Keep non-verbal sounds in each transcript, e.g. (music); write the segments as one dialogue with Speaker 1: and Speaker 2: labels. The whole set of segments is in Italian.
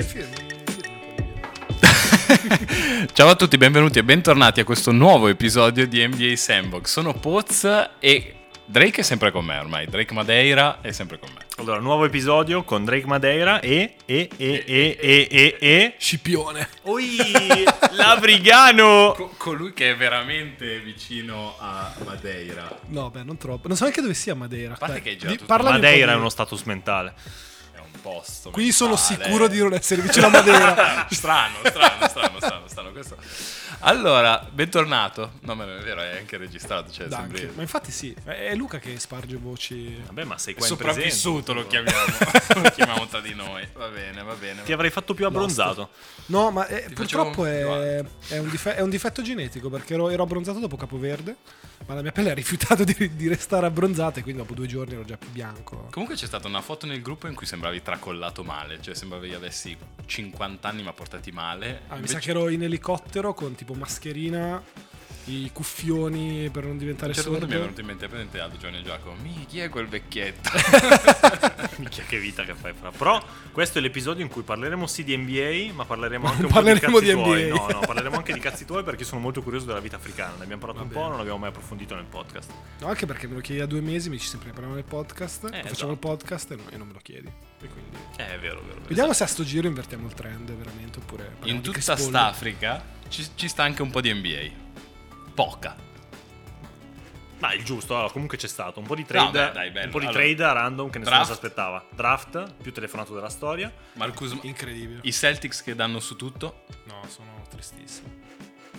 Speaker 1: (laughs) Ciao a tutti, benvenuti e bentornati a questo nuovo episodio di NBA Sandbox. Sono Poz e Drake è sempre con me ormai. Drake Madeira è sempre con me.
Speaker 2: Allora, nuovo episodio con Drake Madeira e... e... e... e... e... e... e...
Speaker 3: Scipione. (laughs)
Speaker 2: Oi, (laughs) Labrigano!
Speaker 1: Co- colui che è veramente vicino a Madeira. A
Speaker 3: No, beh, non troppo. Non so neanche dove sia Madeira.
Speaker 1: parte
Speaker 3: Dai,
Speaker 1: che è già
Speaker 3: di-
Speaker 1: tutto-
Speaker 3: parlami un po'
Speaker 2: Madeira è
Speaker 3: di-
Speaker 2: uno status mentale.
Speaker 1: È un posto.
Speaker 3: Quindi sono
Speaker 1: mentale. Ah,
Speaker 3: sicuro di non essere vicino a Madeira.
Speaker 1: (laughs) strano, strano, strano, strano, strano questo. Allora, bentornato. No, ma non è vero, è anche registrato, cioè
Speaker 3: Dai,
Speaker 1: sembri-
Speaker 3: anche. Ma infatti sì, è Luca che sparge voci.
Speaker 2: Vabbè, ma sei qua in
Speaker 1: Sopravvissuto
Speaker 2: presente.
Speaker 1: lo chiamiamo, (laughs) lo chiamiamo tra di noi. Va bene, va bene.
Speaker 2: (laughs) Ti avrei fatto più abbronzato.
Speaker 3: No, ma eh,
Speaker 1: Ti
Speaker 3: purtroppo
Speaker 1: facciamo un-
Speaker 3: è, è un dife- è un difetto genetico perché ero, ero abbronzato dopo Capoverde, ma la mia pelle ha rifiutato di, di restare abbronzata e quindi dopo due giorni ero già più bianco.
Speaker 1: Comunque c'è stata una foto nel gruppo in cui sembravi tracollato male, cioè sembravi avessi 50 anni ma portati male.
Speaker 3: Ah, mi
Speaker 1: Invece
Speaker 3: sa che ero in elicottero con tipo mascherina, i cuffioni per non
Speaker 1: a un
Speaker 3: diventare
Speaker 1: certo
Speaker 3: sordo.
Speaker 1: punto mi è venuto in mente presente Aldo Giovanni e Giacomo. Mi chi è quel vecchietto?
Speaker 3: (laughs)
Speaker 2: Minchia che vita che fai fra. Però questo è l'episodio in cui parleremo sì di NBA, ma parleremo anche un
Speaker 3: parleremo
Speaker 2: po' di cazzi
Speaker 3: di
Speaker 2: tuoi.
Speaker 3: NBA.
Speaker 2: No, no, parleremo anche di cazzi tuoi perché sono molto curioso della vita africana. Ne abbiamo parlato un po', non l'abbiamo mai approfondito nel podcast.
Speaker 3: No, anche perché me lo chiedi a due mesi, mi dici sempre "Ne parliamo nel podcast, facciamo
Speaker 2: esatto.
Speaker 3: il podcast e no- e non me lo chiedi. Eh, E quindi- cioè, esatto.
Speaker 1: Eh, è vero, è vero. è vero.
Speaker 3: Vediamo se a sto giro invertiamo il trend veramente oppure... parliamo
Speaker 1: In
Speaker 3: di Chris
Speaker 1: tutta
Speaker 3: Paul.
Speaker 1: st'Africa ci, ci sta anche un po' di NBA. Poca.
Speaker 2: Ma il giusto, allora, comunque c'è stato un po' di
Speaker 1: No,
Speaker 2: trade,
Speaker 1: beh, dai, bello.
Speaker 2: un po' di
Speaker 1: Allora,
Speaker 2: trade a random che nessuno
Speaker 1: draft.
Speaker 2: si aspettava. Draft, più telefonato della storia.
Speaker 1: Marcus,
Speaker 3: Incredibile.
Speaker 1: i Celtics che danno su tutto.
Speaker 3: No, sono tristissimo.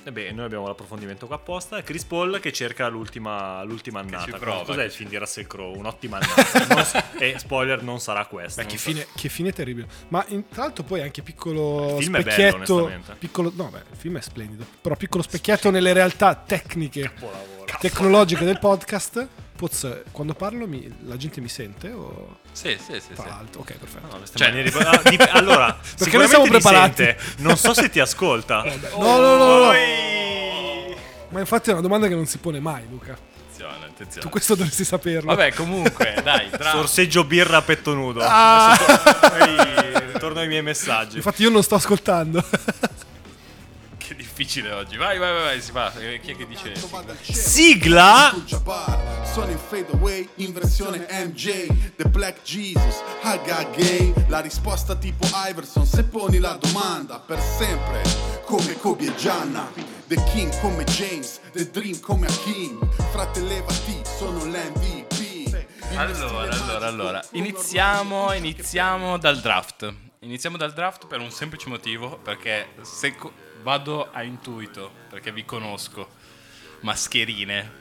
Speaker 2: E beh, noi abbiamo l'approfondimento qua apposta. E Chris Paul che cerca l'ultima, l'ultima
Speaker 1: ci
Speaker 2: annata.
Speaker 1: prova,
Speaker 2: Cos'è
Speaker 1: che
Speaker 2: il film di Russell Crowe? Un'ottima annata. Non s- e spoiler, non sarà questo.
Speaker 3: Beh, che
Speaker 2: non
Speaker 3: fine, che fine terribile. Ma in- tra l'altro poi anche piccolo
Speaker 2: Il film è bello,
Speaker 3: specchietto...
Speaker 2: onestamente.
Speaker 3: piccolo, no, beh, il film è splendido. Però piccolo specchietto nelle realtà tecniche,
Speaker 2: sarà un capolavoro.
Speaker 3: tecnologiche del podcast. Poz, quando parlo mi- la gente mi sente o
Speaker 1: Sì, sì, sì.
Speaker 3: fa
Speaker 1: sì.
Speaker 3: alto? Ok, perfetto.
Speaker 2: No, le
Speaker 1: Cioè-
Speaker 2: maniere- ah, dip- allora, perché
Speaker 3: noi siamo preparati.
Speaker 2: Non so se ti ascolta.
Speaker 3: No, no, no, no, no.
Speaker 2: Oi!
Speaker 3: Ma infatti è una domanda che non si pone mai, Luca.
Speaker 1: Attenzione, attenzione.
Speaker 3: Tu questo dovresti saperlo.
Speaker 1: Vabbè, comunque, dai, draft.
Speaker 2: Sorseggio birra a petto nudo. Ehi, Torno ai miei messaggi.
Speaker 3: Infatti io non sto
Speaker 2: (laughs)
Speaker 3: ascoltando.
Speaker 1: Che difficile oggi. Vai, vai, vai, vai, si va. Eh, Chi è che dice? Ah!
Speaker 2: Sigla.
Speaker 4: Jabbar, ah! Sono in fade away in versione MJ The Black Jesus, Haga Gay La risposta tipo Iverson se poni la domanda Per sempre come Kobe e Gianna The King come James, The Dream come Hakim Fratellevati, sono l'MVP
Speaker 1: Allora, allora, allora. Iniziamo, iniziamo dal draft. Iniziamo dal draft per un semplice motivo, perché se co- vado a intuito, perché vi conosco, mascherine,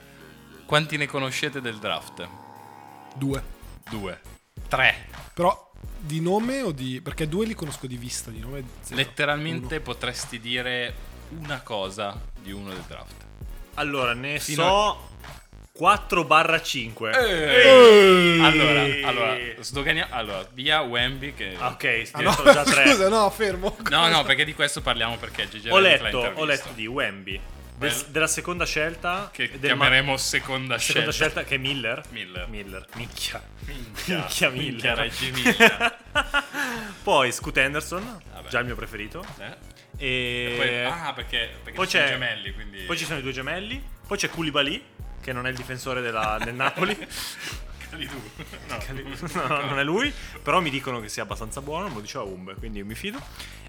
Speaker 1: quanti ne conoscete del draft?
Speaker 3: Due.
Speaker 1: Due. Tre.
Speaker 3: Però di nome o di... perché due li conosco di vista, di nome... zero.
Speaker 1: Letteralmente potresti dire una cosa di uno del draft.
Speaker 2: Allora, ne
Speaker 1: Fino
Speaker 2: so 4-5.
Speaker 1: Allora, allora, sdoganiamo. Allora, via Wemby che...
Speaker 2: Ah, Ok,
Speaker 3: Ah,
Speaker 2: ne
Speaker 3: no,
Speaker 2: so
Speaker 3: (laughs)
Speaker 2: già 3.
Speaker 3: scusa, no, fermo.
Speaker 1: No, no, perché di questo parliamo perché Gigi
Speaker 2: ho,
Speaker 1: Redick l'ha
Speaker 2: letto, ho
Speaker 1: intervistato.
Speaker 2: letto di Wemby. del-
Speaker 1: Bello.
Speaker 2: della seconda scelta.
Speaker 1: Che
Speaker 2: e del ma-
Speaker 1: chiameremo seconda, scelta.
Speaker 2: seconda scelta che è Miller.
Speaker 1: Miller.
Speaker 2: Miller. Minchia.
Speaker 1: Minchia,
Speaker 2: (laughs) Minchia,
Speaker 1: minchia,
Speaker 2: Miller.
Speaker 1: Reggie Miller.
Speaker 2: (laughs) Poi Scoot Anderson.
Speaker 1: Vabbè.
Speaker 2: Già il mio preferito.
Speaker 1: Eh?
Speaker 2: E...
Speaker 1: Poi- ah, perché, perché
Speaker 2: poi
Speaker 1: ci sono
Speaker 2: c'è
Speaker 1: i gemelli, quindi...
Speaker 2: Poi ci sono i due gemelli. Poi c'è Koulibaly, che non è il difensore
Speaker 1: (laughs)
Speaker 2: della- del Napoli. (laughs)
Speaker 1: Calidou. (laughs) No.
Speaker 2: No, no, non è lui. Però mi dicono che sia abbastanza buono. Me lo diceva Umbe, quindi io mi fido.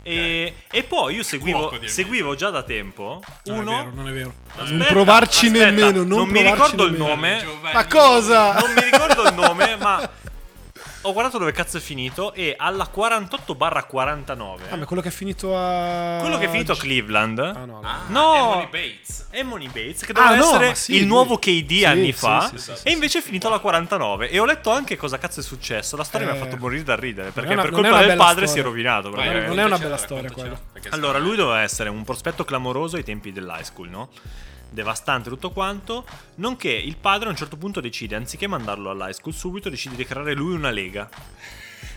Speaker 2: E, e poi io
Speaker 1: Cuoco
Speaker 2: seguivo,
Speaker 1: di
Speaker 2: seguivo già da tempo
Speaker 3: Non
Speaker 2: uno.
Speaker 3: è vero, non è vero. non
Speaker 2: Aspetta,
Speaker 3: provarci
Speaker 2: aspetta,
Speaker 3: nemmeno, non,
Speaker 2: non mi
Speaker 3: provarci
Speaker 2: ricordo il
Speaker 3: nemmeno.
Speaker 2: nome.
Speaker 1: Giovanni-
Speaker 3: Ma cosa?
Speaker 2: Non mi ricordo
Speaker 3: (laughs)
Speaker 2: il nome, ma ho guardato dove cazzo è finito e alla 48 49.
Speaker 3: Ah, ma quello che è finito a...
Speaker 2: quello che è finito a Cleveland.
Speaker 3: Ah, no, no.
Speaker 1: Ah,
Speaker 2: No!
Speaker 1: Anthony Bates.
Speaker 2: Emony Bates, che doveva
Speaker 3: Ah, no,
Speaker 2: essere
Speaker 3: ma sì,
Speaker 2: il
Speaker 3: lui.
Speaker 2: nuovo KD
Speaker 3: Sì,
Speaker 2: anni
Speaker 3: sì,
Speaker 2: fa,
Speaker 3: sì, sì, sì,
Speaker 2: e invece è finito alla 49. E ho letto anche cosa cazzo è successo. La storia mi ha
Speaker 3: Eh.
Speaker 2: fatto morire dal ridere perché
Speaker 3: è una-
Speaker 2: per
Speaker 3: non è
Speaker 2: colpa
Speaker 3: una
Speaker 2: del
Speaker 3: bella
Speaker 2: padre si è
Speaker 3: storia.
Speaker 2: rovinato.
Speaker 1: Vai,
Speaker 2: praticamente.
Speaker 3: non è una bella
Speaker 1: raccontacela,
Speaker 3: storia
Speaker 1: raccontacela,
Speaker 3: quella.
Speaker 1: perché
Speaker 2: Allora,
Speaker 1: secondo
Speaker 2: lui doveva essere un prospetto clamoroso ai tempi dell'high school, no? Devastante tutto quanto, nonché il padre a un certo punto decide, anziché mandarlo all'high school subito, decide di creare lui una lega.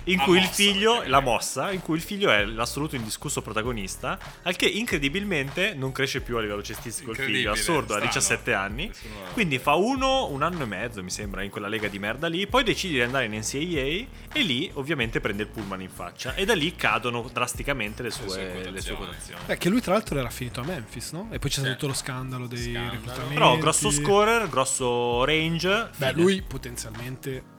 Speaker 2: in
Speaker 1: La
Speaker 2: cui il
Speaker 1: mossa,
Speaker 2: figlio,
Speaker 1: ovviamente.
Speaker 2: la mossa, in cui il figlio è l'assoluto indiscusso protagonista, al che incredibilmente non cresce più a livello cestistico il figlio, è
Speaker 1: Incredibile,
Speaker 2: assurdo, ha
Speaker 1: strano.
Speaker 2: 17 anni,
Speaker 1: Nessuno-
Speaker 2: quindi fa uno, un anno e mezzo mi sembra in quella lega di merda lì, poi decide di andare in NCAA e lì ovviamente prende il pullman in faccia e da lì cadono drasticamente le sue,
Speaker 1: sue
Speaker 2: le sue
Speaker 1: quotazioni.
Speaker 2: quotazioni.
Speaker 3: Beh, Eh, che lui tra l'altro era finito a Memphis, no? E poi c'è stato
Speaker 1: Sì.
Speaker 3: tutto lo scandalo dei
Speaker 1: Scandalo.
Speaker 3: reclutamenti.
Speaker 2: Però grosso scorer, grosso range,
Speaker 3: Beh,
Speaker 2: fine.
Speaker 3: lui potenzialmente,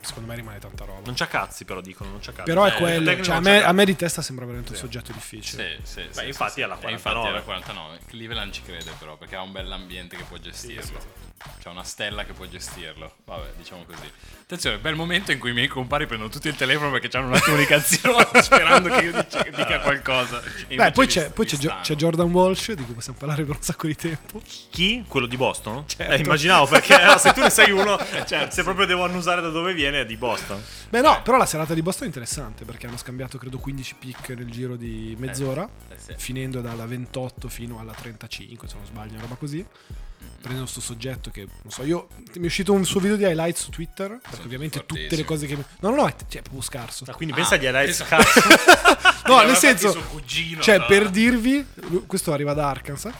Speaker 3: secondo me, rimane tanta roba.
Speaker 2: non c'ha cazzi però dicono, non c'ha cazzi.
Speaker 3: Però è
Speaker 1: Eh,
Speaker 3: quello.
Speaker 2: tecnico
Speaker 3: Cioè, a,
Speaker 2: non
Speaker 3: me,
Speaker 2: c'è
Speaker 3: a me di testa sembra veramente un
Speaker 2: Sì.
Speaker 3: soggetto difficile.
Speaker 1: Sì, sì,
Speaker 2: Beh,
Speaker 1: sì,
Speaker 2: infatti
Speaker 1: sì,
Speaker 2: alla
Speaker 1: sì. E infatti
Speaker 2: 49.
Speaker 1: alla 49. Cleveland ci crede però, perché ha un bell'ambiente che può gestirlo. C'è una stella che può gestirlo. Vabbè, diciamo così. Attenzione, bel momento in cui i miei compari prendono tutti il telefono perché hanno una comunicazione
Speaker 2: (laughs)
Speaker 1: sperando che io dica, dica qualcosa. E
Speaker 3: Beh,
Speaker 1: invece
Speaker 3: poi
Speaker 1: vi-
Speaker 3: c'è, poi
Speaker 1: vi
Speaker 3: c'è Gio-
Speaker 1: stanno.
Speaker 3: c'è Jordan Walsh, di cui possiamo parlare per un sacco di tempo.
Speaker 2: Chi? Quello di Boston?
Speaker 3: Certo. Eh,
Speaker 2: Eh,
Speaker 3: (laughs)
Speaker 2: immaginavo perché allora, se tu ne sei uno, cioè, se proprio devo annusare da dove viene è di Boston.
Speaker 3: Beh, no, però la serata di Boston è interessante perché hanno scambiato credo 15 pick nel giro di mezz'ora,
Speaker 1: eh sì.
Speaker 3: finendo dalla 28 fino alla 35, se non sbaglio, una roba così.
Speaker 1: Mm.
Speaker 3: Prendono sto soggetto che non so, io mi è uscito un suo video di highlight su Twitter, perché ovviamente tutte le
Speaker 1: fortissimo.
Speaker 3: cose che mi- No, no, no, è cioè, è proprio scarso.
Speaker 2: Ah, quindi
Speaker 1: Ah,
Speaker 2: pensa agli highlights
Speaker 1: pensa-
Speaker 3: esatto.
Speaker 2: cazzo.
Speaker 3: (laughs) No,
Speaker 1: Aveva
Speaker 3: nel
Speaker 1: fatto
Speaker 3: senso
Speaker 1: suo cugino,
Speaker 3: Cioè,
Speaker 1: tra
Speaker 3: per
Speaker 1: l'altro.
Speaker 3: dirvi, lui- questo arriva da Arkansas.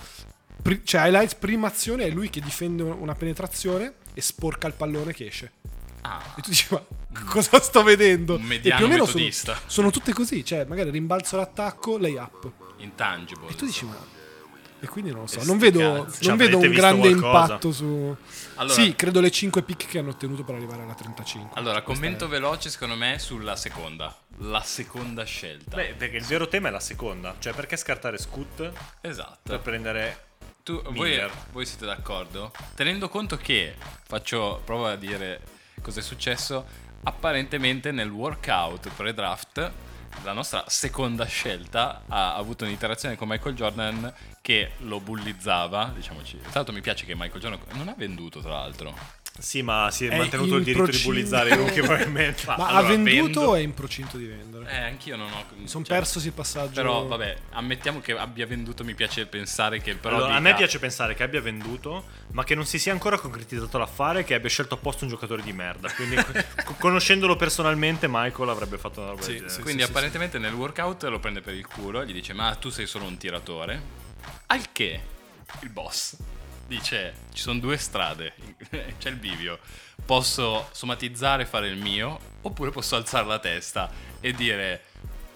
Speaker 3: pri- cioè, highlights prima azione è lui che difende un- una penetrazione e sporca il pallone che esce.
Speaker 1: Ah.
Speaker 3: E tu dici, ma cosa sto vedendo?
Speaker 1: Un
Speaker 3: e
Speaker 1: mediano
Speaker 3: più o meno sono,
Speaker 1: metodista.
Speaker 3: sono tutte così, cioè magari rimbalzo l'attacco, lay up.
Speaker 1: Intangible.
Speaker 3: E tu dici, ma... E quindi non lo so,
Speaker 1: E
Speaker 3: non
Speaker 1: sti
Speaker 3: vedo,
Speaker 1: cazzi. cioè,
Speaker 2: Ci
Speaker 3: non vedo
Speaker 2: avrete
Speaker 3: un
Speaker 2: visto
Speaker 3: grande
Speaker 2: qualcosa?
Speaker 3: impatto su...
Speaker 1: Allora-
Speaker 3: sì, credo le 5 pick che hanno ottenuto per arrivare alla 35.
Speaker 1: Allora,
Speaker 3: Ecco, Questa
Speaker 1: commento
Speaker 3: è-
Speaker 1: veloce secondo me sulla seconda. La seconda scelta.
Speaker 2: Beh, perché il vero tema è la seconda, cioè perché scartare Scoot per
Speaker 1: esatto.
Speaker 2: prendere
Speaker 1: Tu- voi,
Speaker 2: Miller?
Speaker 1: voi siete d'accordo? Tenendo conto che, faccio prova a dire cosa è successo, apparentemente nel workout pre-draft la nostra seconda scelta ha avuto un'interazione con Michael Jordan che lo bullizzava, diciamoci. Tra l'altro mi piace che Michael Jordan non ha venduto, tra l'altro.
Speaker 2: Sì, ma si è,
Speaker 3: È
Speaker 2: mantenuto il
Speaker 3: in
Speaker 2: diritto di
Speaker 3: procinto.
Speaker 2: bullizzare
Speaker 3: (laughs)
Speaker 2: Rookie probabilmente.
Speaker 3: Ma
Speaker 1: allora,
Speaker 3: ha venduto
Speaker 1: vendo-
Speaker 3: o è in procinto di vendere?
Speaker 1: Eh, anch'io non ho
Speaker 3: Mi sono
Speaker 1: cioè,
Speaker 3: perso il passaggio.
Speaker 1: Però vabbè, ammettiamo che abbia venduto, mi piace pensare che però
Speaker 2: Allora, a
Speaker 1: dica-
Speaker 2: me piace pensare che abbia venduto, ma che non si sia ancora concretizzato l'affare e che abbia scelto apposta un giocatore di merda.
Speaker 3: (laughs)
Speaker 2: Quindi, co- conoscendolo personalmente, Michael avrebbe fatto una roba
Speaker 3: Sì,
Speaker 2: del genere.
Speaker 3: sì,
Speaker 1: Quindi apparentemente nel workout lo prende per il culo e gli dice ma tu sei solo un tiratore. Al che il boss dice ci sono due strade, (laughs) c'è il bivio, posso somatizzare e fare il mio oppure posso alzare la testa e dire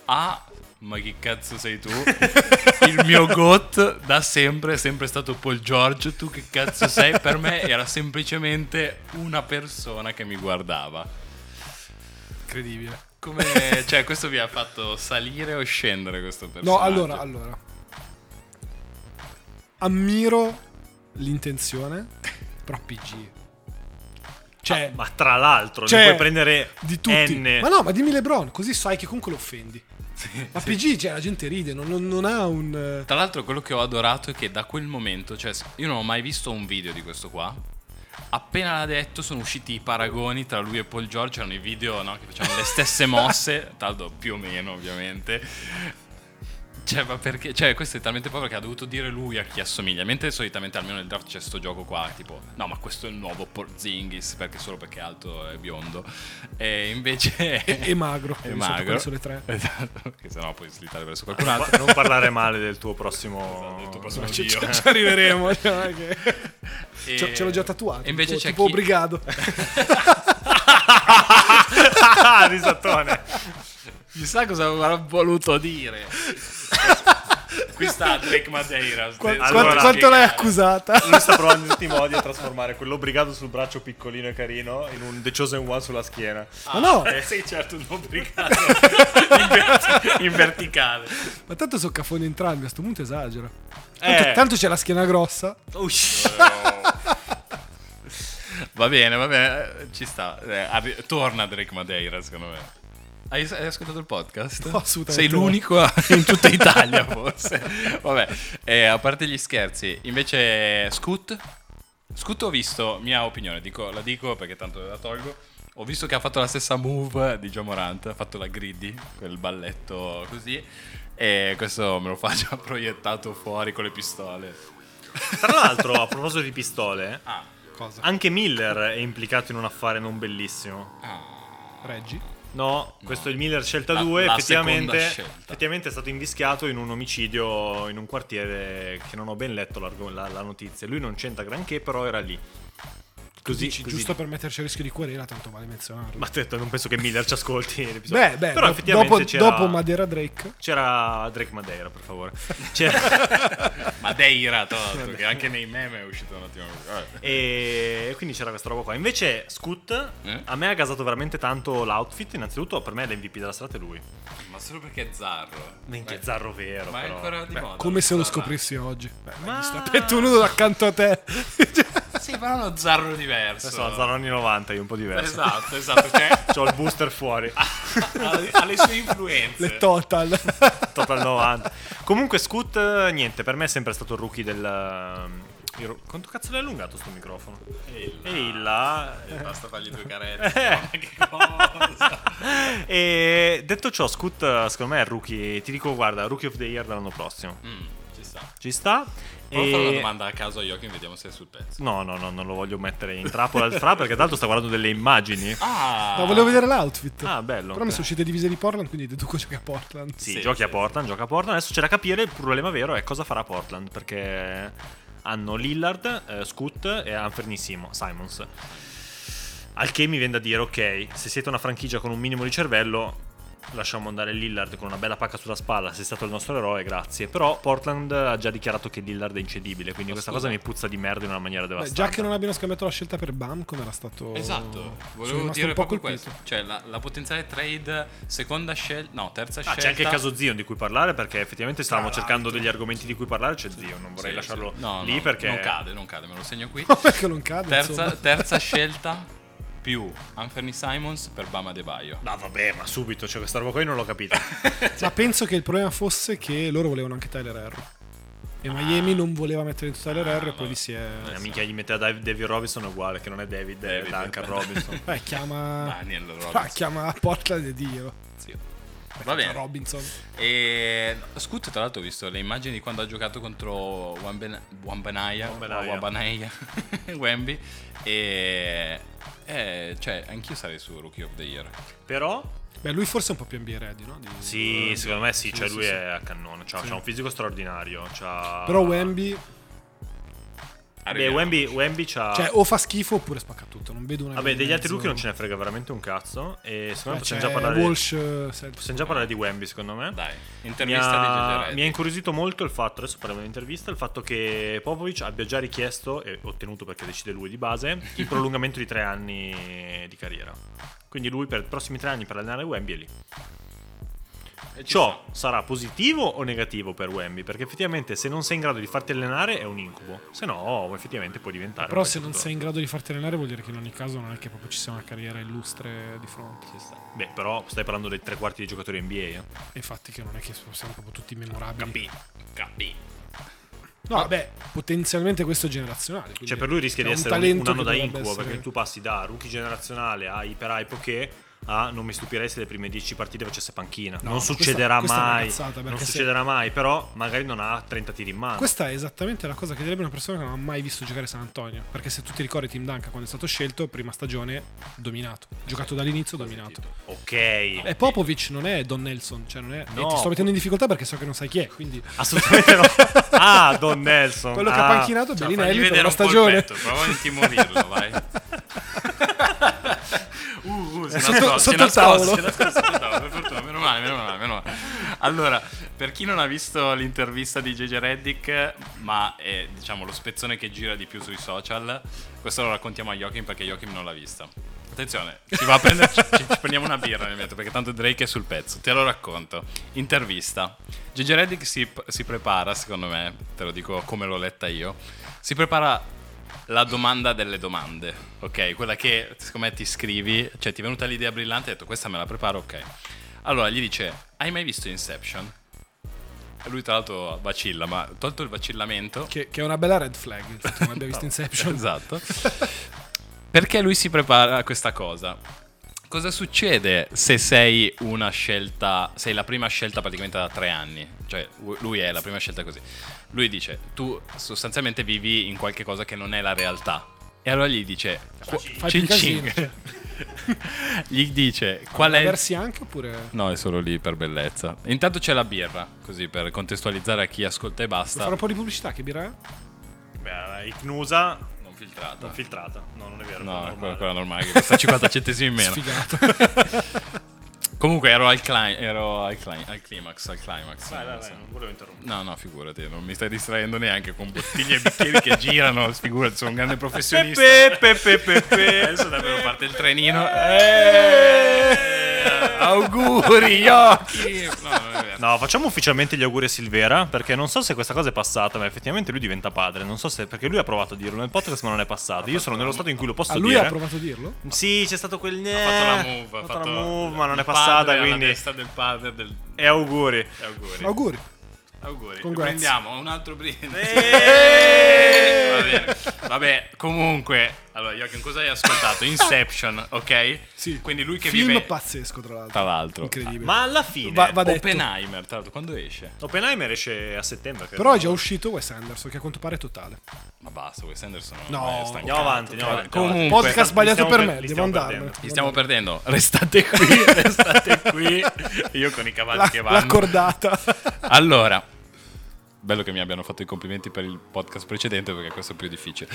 Speaker 1: ah ma chi cazzo sei tu?
Speaker 3: (laughs)
Speaker 1: (laughs) Il mio GOAT da sempre è sempre stato Paul George, tu che cazzo sei? Per me era semplicemente una persona che mi guardava.
Speaker 3: Incredibile.
Speaker 1: Come, cioè, questo vi ha fatto salire o scendere questo
Speaker 3: No,
Speaker 1: personaggio?
Speaker 3: allora, allora. Ammiro l'intenzione, però PG. Cioè,
Speaker 2: Ma tra l'altro,
Speaker 3: cioè,
Speaker 2: ne puoi prendere
Speaker 3: di tutti.
Speaker 2: N.
Speaker 3: Ma no, ma dimmi LeBron, così sai che comunque lo offendi. ma PG, cioè, la gente ride, non, non- non ha un... eh,
Speaker 1: Tra l'altro, quello che ho adorato è che da quel momento, cioè, io non ho mai visto un video di questo qua. Appena l'ha detto, sono usciti i paragoni tra lui e Paul George. Erano i video no, che facevano
Speaker 3: (laughs)
Speaker 1: le stesse mosse, tanto più o meno, ovviamente. Cioè, ma perché? Cioè, questo è talmente povero che ha dovuto dire lui a chi assomiglia. Mentre solitamente almeno nel draft c'è sto gioco qua, tipo, no, ma questo è il nuovo Porzingis, perché solo perché è alto e biondo. E invece.
Speaker 3: È magro.
Speaker 1: (laughs) È
Speaker 3: Sono
Speaker 1: magro.
Speaker 3: quelle sole tre. (laughs)
Speaker 1: (laughs)
Speaker 3: Ah,
Speaker 1: Esatto, che sennò puoi slittare verso qualcun
Speaker 2: Non
Speaker 1: altro.
Speaker 3: esatto.
Speaker 2: pa- non parlare male del tuo prossimo.
Speaker 1: Esatto, del tuo prossimo
Speaker 2: Cioè,
Speaker 1: Dio.
Speaker 2: (laughs) cioè,
Speaker 3: Ci arriveremo. (laughs) cioè, non è che-
Speaker 1: E-
Speaker 3: Ce ce l'ho già tatuato.
Speaker 1: e Invece
Speaker 3: tipo,
Speaker 1: c'è
Speaker 3: tipo
Speaker 1: chi-
Speaker 3: brigado.
Speaker 2: (laughs) Risatone.
Speaker 1: Chissà cosa avrà voluto dire. Qui sta Drake Madeira.
Speaker 3: Qua-
Speaker 1: Allora,
Speaker 3: quanto- quanto l'hai
Speaker 1: spiegare.
Speaker 3: accusata?
Speaker 2: Lui sta provando in tutti i modi a trasformare quell'obbligato sul braccio piccolino e carino in un The Chosen One sulla schiena.
Speaker 3: Ma no,
Speaker 1: Eh, Sei certo un
Speaker 3: (laughs)
Speaker 1: obbligato in, ver- in verticale.
Speaker 3: ma tanto sono cafoni entrambi, a sto punto esagera. Tanto,
Speaker 2: Eh.
Speaker 3: tanto c'è la schiena grossa.
Speaker 1: Va bene, va bene, eh, ci sta. Eh, arri- torna Drake Madeira, secondo me. Hai, hai ascoltato il podcast?
Speaker 3: No, assolutamente
Speaker 1: Sei
Speaker 3: no.
Speaker 1: l'unico a- (laughs) in tutta Italia, forse. Vabbè, eh, a parte gli scherzi, invece Scoot? Scoot ho visto, mia opinione, dico- la dico perché tanto la tolgo. Ho visto che ha fatto la stessa move di John Morant, ha fatto la griddy, quel balletto così. E questo me lo fa già proiettato fuori con le pistole.
Speaker 2: Tra l'altro, a proposito di pistole,
Speaker 1: Ah,
Speaker 3: Cosa?
Speaker 1: ah.
Speaker 2: anche Miller è implicato in un affare non bellissimo.
Speaker 3: Reggi.
Speaker 2: No, questo è il Miller scelta
Speaker 1: La-
Speaker 2: 2,
Speaker 1: la
Speaker 2: effettivamente,
Speaker 1: seconda scelta.
Speaker 2: effettivamente è stato invischiato in un omicidio in un quartiere che non ho ben letto l'argo- la, la notizia. Lui non c'entra granché, però era lì. Così,
Speaker 3: Dici,
Speaker 2: così.
Speaker 3: giusto per metterci a rischio di querela, tanto vale menzionarlo.
Speaker 2: Ma detto, non penso che Miller ci ascolti l'episodio.
Speaker 3: beh, beh,
Speaker 2: però
Speaker 3: do-
Speaker 2: effettivamente
Speaker 3: dopo,
Speaker 2: c'era,
Speaker 3: dopo Madeira Drake.
Speaker 2: c'era Drake Madeira, per
Speaker 3: (laughs)
Speaker 2: favore. C'era-
Speaker 1: Madeira, tra l'altro, che anche nei meme è uscito un attimo. Vabbè.
Speaker 2: E quindi c'era questa roba qua. Invece, Scoot
Speaker 1: Eh?
Speaker 2: a me ha gasato veramente tanto l'outfit. Innanzitutto, per me l'MVP della strada è lui.
Speaker 1: Ma solo perché è Zarro.
Speaker 2: Minchia,
Speaker 1: Beh,
Speaker 2: zarro vero.
Speaker 1: Ma è
Speaker 2: però.
Speaker 1: ancora di
Speaker 2: Beh,
Speaker 1: moda.
Speaker 3: Come se lo
Speaker 1: Zarro.
Speaker 3: scoprissi oggi. Beh,
Speaker 2: Ma-
Speaker 3: Mi sta pettunudo accanto a
Speaker 1: (laughs)
Speaker 3: te.
Speaker 1: Sì, però è uno Zarro diverso.
Speaker 2: Adesso la Zaroni 90 io un po' diverso.
Speaker 1: Esatto, esatto. Cioè,
Speaker 2: (laughs) C'ho il booster fuori.
Speaker 1: (laughs) ha, ha le sue influenze. Ah.
Speaker 3: Le total.
Speaker 2: Total 90. Comunque, Scoot, eh, niente, per me è sempre stato il rookie del. ehm, il ro- Quanto cazzo l'hai allungato sto microfono?
Speaker 1: Ehi là.
Speaker 2: Ehi
Speaker 1: (laughs)
Speaker 2: Eh. là.
Speaker 1: Eh, Basta fargli due carezze.
Speaker 2: (laughs)
Speaker 1: ma che cosa?
Speaker 2: E detto ciò, Scoot, eh, secondo me è il rookie. Ti dico, guarda, rookie of the year dell'anno prossimo.
Speaker 1: Mm, ci sta.
Speaker 2: Ci sta.
Speaker 1: Provo a
Speaker 2: E-
Speaker 1: fare una domanda a caso a Joachim, vediamo se è sul pezzo.
Speaker 2: No, no, no, non lo voglio mettere in trappola al fra perché tanto sta guardando delle immagini.
Speaker 1: Ah,
Speaker 3: No, volevo vedere l'outfit.
Speaker 2: Ah, bello.
Speaker 3: Però mi sono uscite divise di Portland, quindi deduco gioca a Portland.
Speaker 2: Sì,
Speaker 1: Sì,
Speaker 2: giochi
Speaker 1: sì,
Speaker 2: a Portland, gioca a Portland. Adesso c'è da capire il problema vero è cosa farà Portland perché hanno Lillard, eh, Scoot e Anfernissimo, Simons. Al che mi viene da dire, ok, se siete una franchigia con un minimo di cervello, lasciamo andare Lillard con una bella pacca sulla spalla, sei stato il nostro eroe, grazie. Però Portland ha già dichiarato che Lillard è incedibile, quindi
Speaker 1: Ma
Speaker 2: questa
Speaker 1: scusa.
Speaker 2: cosa mi puzza di merda in una maniera
Speaker 3: Beh,
Speaker 2: devastante.
Speaker 3: già che non abbiano scambiato la scelta per Bam, come era stato.
Speaker 1: Esatto,
Speaker 3: sono
Speaker 1: volevo
Speaker 3: rimasto
Speaker 1: dire
Speaker 3: un po'
Speaker 1: proprio
Speaker 3: colpito. (laughs)
Speaker 1: questo. Cioè, la, la potenziale trade, seconda scelta, no, terza
Speaker 2: Ah,
Speaker 1: scelta.
Speaker 2: c'è anche il caso Zion di cui parlare perché effettivamente stavamo
Speaker 3: Tra
Speaker 2: cercando degli argomenti di cui parlare, c'è Zion, non vorrei
Speaker 1: Sì,
Speaker 2: lasciarlo
Speaker 1: sì. No,
Speaker 2: lì
Speaker 1: no,
Speaker 2: perché...
Speaker 1: Non cade, non cade, me lo
Speaker 2: (laughs)
Speaker 1: segno qui.
Speaker 3: Ma perché non cade?
Speaker 1: terza,
Speaker 3: insomma?
Speaker 1: (laughs) terza scelta più Anthony Simons per Bama De Baio.
Speaker 2: No, vabbè, ma subito, cioè questa roba qua io non l'ho
Speaker 1: (laughs)
Speaker 2: capita.
Speaker 3: Ma penso che il problema fosse che loro volevano anche Tyler Herro. E
Speaker 1: Ah.
Speaker 3: Miami non voleva mettere in Tyler Herro e poi lì si è.
Speaker 2: La Eh, minchia gli mette a Dav- David Robinson è uguale, che non è David, è
Speaker 1: David. (laughs)
Speaker 2: Duncan Robinson.
Speaker 1: Eh,
Speaker 3: Beh, Eh, chiama.
Speaker 1: Daniel
Speaker 3: Ah,
Speaker 1: Robinson.
Speaker 3: (laughs) chiama Portland e Dio.
Speaker 1: zio. Va bene.
Speaker 3: Robinson.
Speaker 1: E Scoot, tra l'altro, ho visto le immagini di quando ha giocato contro Wamben- Wambanaya.
Speaker 2: Wambanaya.
Speaker 1: Wambanaya. (laughs) Wemby. E. eh, cioè, anch'io sarei su Rookie of the Year.
Speaker 2: Però,
Speaker 3: Beh, lui forse è un po' più NBA ready, no? Di-
Speaker 2: sì,
Speaker 3: eh,
Speaker 2: secondo me sì, cioè
Speaker 3: sì,
Speaker 2: lui
Speaker 3: sì.
Speaker 2: è a cannone, c'ha,
Speaker 3: Sì.
Speaker 2: c'ha un fisico straordinario, c'ha...
Speaker 3: Però Wemby,
Speaker 2: Beh,
Speaker 1: Arriviamo.
Speaker 2: Wemby, Wemby c'ha...
Speaker 3: cioè, o fa schifo oppure spacca tutto. Non vedo una.
Speaker 2: Vabbè,
Speaker 3: via di
Speaker 2: degli altri
Speaker 3: mezzo.
Speaker 2: rookie non ce ne frega veramente un cazzo, e
Speaker 3: Beh,
Speaker 2: secondo me possiamo
Speaker 3: c'è
Speaker 2: già parlare...
Speaker 3: Walsh, eh, Sel-
Speaker 2: Possiamo già parlare di Wemby, secondo me.
Speaker 1: Dai,
Speaker 2: Mi
Speaker 1: intervista di J.J.
Speaker 2: ha,
Speaker 1: Redick.
Speaker 2: mi ha incuriosito molto il fatto, adesso parliamo di intervista, il fatto che Popovic abbia già richiesto e ottenuto perché decide lui di base il prolungamento di tre anni di carriera. Quindi lui per i prossimi tre anni per allenare Wemby è lì. Ciò sarà positivo o negativo per Wemby? Perché effettivamente se non sei in grado di farti allenare è un incubo, se no effettivamente puoi diventare...
Speaker 3: Però
Speaker 2: un
Speaker 3: se non
Speaker 2: giocatore.
Speaker 3: sei in grado di farti allenare vuol dire che in ogni caso non è che proprio ci sia una carriera illustre di fronte.
Speaker 1: Ci sta.
Speaker 2: Beh, però stai parlando dei tre quarti di giocatori NBA. Eh?
Speaker 3: E infatti che non è che siamo proprio tutti memorabili.
Speaker 2: Capì.
Speaker 1: Capì.
Speaker 3: No, vabbè, potenzialmente questo è generazionale. quindi
Speaker 2: Cioè, per lui rischia
Speaker 3: è
Speaker 2: di
Speaker 3: un
Speaker 2: essere un,
Speaker 3: talento
Speaker 2: un anno
Speaker 3: che
Speaker 2: da
Speaker 3: dovrebbe
Speaker 2: incubo
Speaker 3: essere-
Speaker 2: perché tu passi da rookie generazionale a iper hype che a non mi stupirei se le prime 10 partite facesse panchina.
Speaker 3: No,
Speaker 2: non
Speaker 3: ma questa-
Speaker 2: succederà
Speaker 3: questa è una
Speaker 2: mai.
Speaker 3: cazzata, perché
Speaker 2: non
Speaker 3: se-
Speaker 2: succederà mai, però magari non ha 30 tiri in mano.
Speaker 3: Questa è esattamente la cosa che direbbe una persona che non ha mai visto giocare San Antonio. Perché se tu ti ricordi Tim Duncan quando è stato scelto, prima stagione, dominato. Giocato dall'inizio, dominato.
Speaker 2: Ok.
Speaker 3: E Popovic non è Don Nelson, cioè non è... e
Speaker 2: No.
Speaker 3: ti sto mettendo in difficoltà perché so che non sai chi è, quindi... (laughs)
Speaker 2: Assolutamente no. Ah, Don Nelson.
Speaker 3: Quello che
Speaker 2: ah.
Speaker 3: ha panchinato è
Speaker 1: Cioè,
Speaker 3: Belin
Speaker 1: fagli
Speaker 3: Elliott
Speaker 1: vedere
Speaker 3: della
Speaker 1: un
Speaker 3: stagione.
Speaker 1: colpetto, prova a intimorirlo, vai. uh, uh, si
Speaker 3: Sotto-
Speaker 1: nascosto, si
Speaker 3: sotto il
Speaker 1: nascosto,
Speaker 3: tavolo.
Speaker 1: si nascosto sotto il tavolo, per fortuna, meno male, meno male, meno male. Allora, per chi non ha visto l'intervista di JJ Reddick, ma è diciamo lo spezzone che gira di più sui social, questo lo raccontiamo a Joachim perché Joachim non l'ha vista. Attenzione, ci, va a prendere, ci,
Speaker 3: (laughs)
Speaker 1: ci prendiamo una birra nel mentre perché tanto Drake è sul pezzo. Te lo racconto. Intervista. JJ Reddick si, si prepara, secondo me, te lo dico come l'ho letta io, si prepara la domanda delle domande, ok? Quella che secondo me ti scrivi, cioè ti è venuta l'idea brillante e hai detto questa me la preparo, ok. Allora gli dice, hai mai visto Inception? E lui tra l'altro vacilla, ma tolto il vacillamento...
Speaker 3: (laughs) Che, che è una bella red flag, il fatto che non abbia
Speaker 1: (laughs)
Speaker 3: visto
Speaker 2: (laughs)
Speaker 3: Inception.
Speaker 1: Esatto. Perché lui si prepara a questa cosa? Cosa succede se sei una scelta, sei la prima scelta praticamente da tre anni? Cioè, u- lui è la prima scelta così. Lui dice, tu sostanzialmente vivi in qualche cosa che non è la realtà. E allora gli dice:
Speaker 3: Fai
Speaker 1: Cin
Speaker 3: più casino.
Speaker 1: cin.
Speaker 3: (laughs)
Speaker 1: Gli dice qual è.
Speaker 3: Versi anche oppure...
Speaker 1: No, è solo lì per bellezza. Intanto c'è la birra, così per contestualizzare a chi ascolta e
Speaker 3: Per
Speaker 1: basta.
Speaker 3: fare un po' di pubblicità, che birra è?
Speaker 2: Beh, Icnusa
Speaker 1: Non filtrata.
Speaker 2: non filtrata. No, non è vero.
Speaker 1: no, è
Speaker 2: normale.
Speaker 1: quella, quella normale che costa 50 centesimi in meno.
Speaker 2: (laughs)
Speaker 3: Sfigato.
Speaker 1: Comunque ero al, cli- ero al, cli- al climax, al climax.
Speaker 2: Vai, vai, vai, non volevo interrompere.
Speaker 1: No, no, figurati, non mi stai distraendo neanche con bottiglie e bicchieri che girano. Figurati, sono un grande professionista. Adesso davvero parte il trenino. Eh, auguri, Yoki! No, non è vero.
Speaker 2: No, facciamo ufficialmente gli auguri a Silvera, perché non so se questa cosa è passata, ma effettivamente lui diventa padre. Non so se perché lui ha provato a dirlo nel podcast, ma non è passato. Io sono nello stato in cui lo posso
Speaker 3: A Ah, lui
Speaker 2: dire.
Speaker 3: ha provato a dirlo?
Speaker 2: Sì, c'è stato quel Eh,
Speaker 1: Ha Eh, fatto la move,
Speaker 2: ha
Speaker 1: ha
Speaker 2: fatto la move, ma non è
Speaker 1: il padre
Speaker 2: passata,
Speaker 1: alla
Speaker 2: quindi
Speaker 1: testa del padre del...
Speaker 2: e auguri.
Speaker 1: e Auguri.
Speaker 3: Auguri.
Speaker 1: Auguri.
Speaker 3: Congrats.
Speaker 1: Prendiamo un altro brindisi.
Speaker 3: Eh,
Speaker 2: Eh!
Speaker 1: Va bene. Vabbè, comunque, allora, Joachim, cosa hai ascoltato? Inception, ok?
Speaker 3: Sì.
Speaker 1: Quindi lui che
Speaker 3: Film
Speaker 1: vive...
Speaker 3: pazzesco, tra l'altro.
Speaker 1: Tra l'altro.
Speaker 3: Incredibile.
Speaker 2: Ma alla fine
Speaker 3: Va- va detto.
Speaker 1: Oppenheimer, tra l'altro, quando esce?
Speaker 2: Oppenheimer esce a settembre, credo.
Speaker 3: Però è già uscito Wes Anderson, che a quanto pare è totale.
Speaker 1: Ma basta, Wes Anderson
Speaker 3: No,
Speaker 1: ormai è stancato.
Speaker 2: Andiamo avanti, andiamo avanti. andiamo avanti.
Speaker 1: Comunque,
Speaker 3: Podcast sbagliato
Speaker 2: stiamo
Speaker 3: per
Speaker 2: per-
Speaker 3: me,
Speaker 2: li
Speaker 3: devo
Speaker 2: stiamo
Speaker 3: andarmene.
Speaker 2: perdendo.
Speaker 1: Li stiamo perdendo. Restate (laughs)
Speaker 3: (laughs)
Speaker 1: qui, restate qui. Io con i cavalli
Speaker 3: La-
Speaker 1: che
Speaker 3: la
Speaker 1: vanno.
Speaker 3: cordata.
Speaker 1: Allora, bello che mi abbiano fatto i complimenti per il podcast precedente perché questo è più difficile.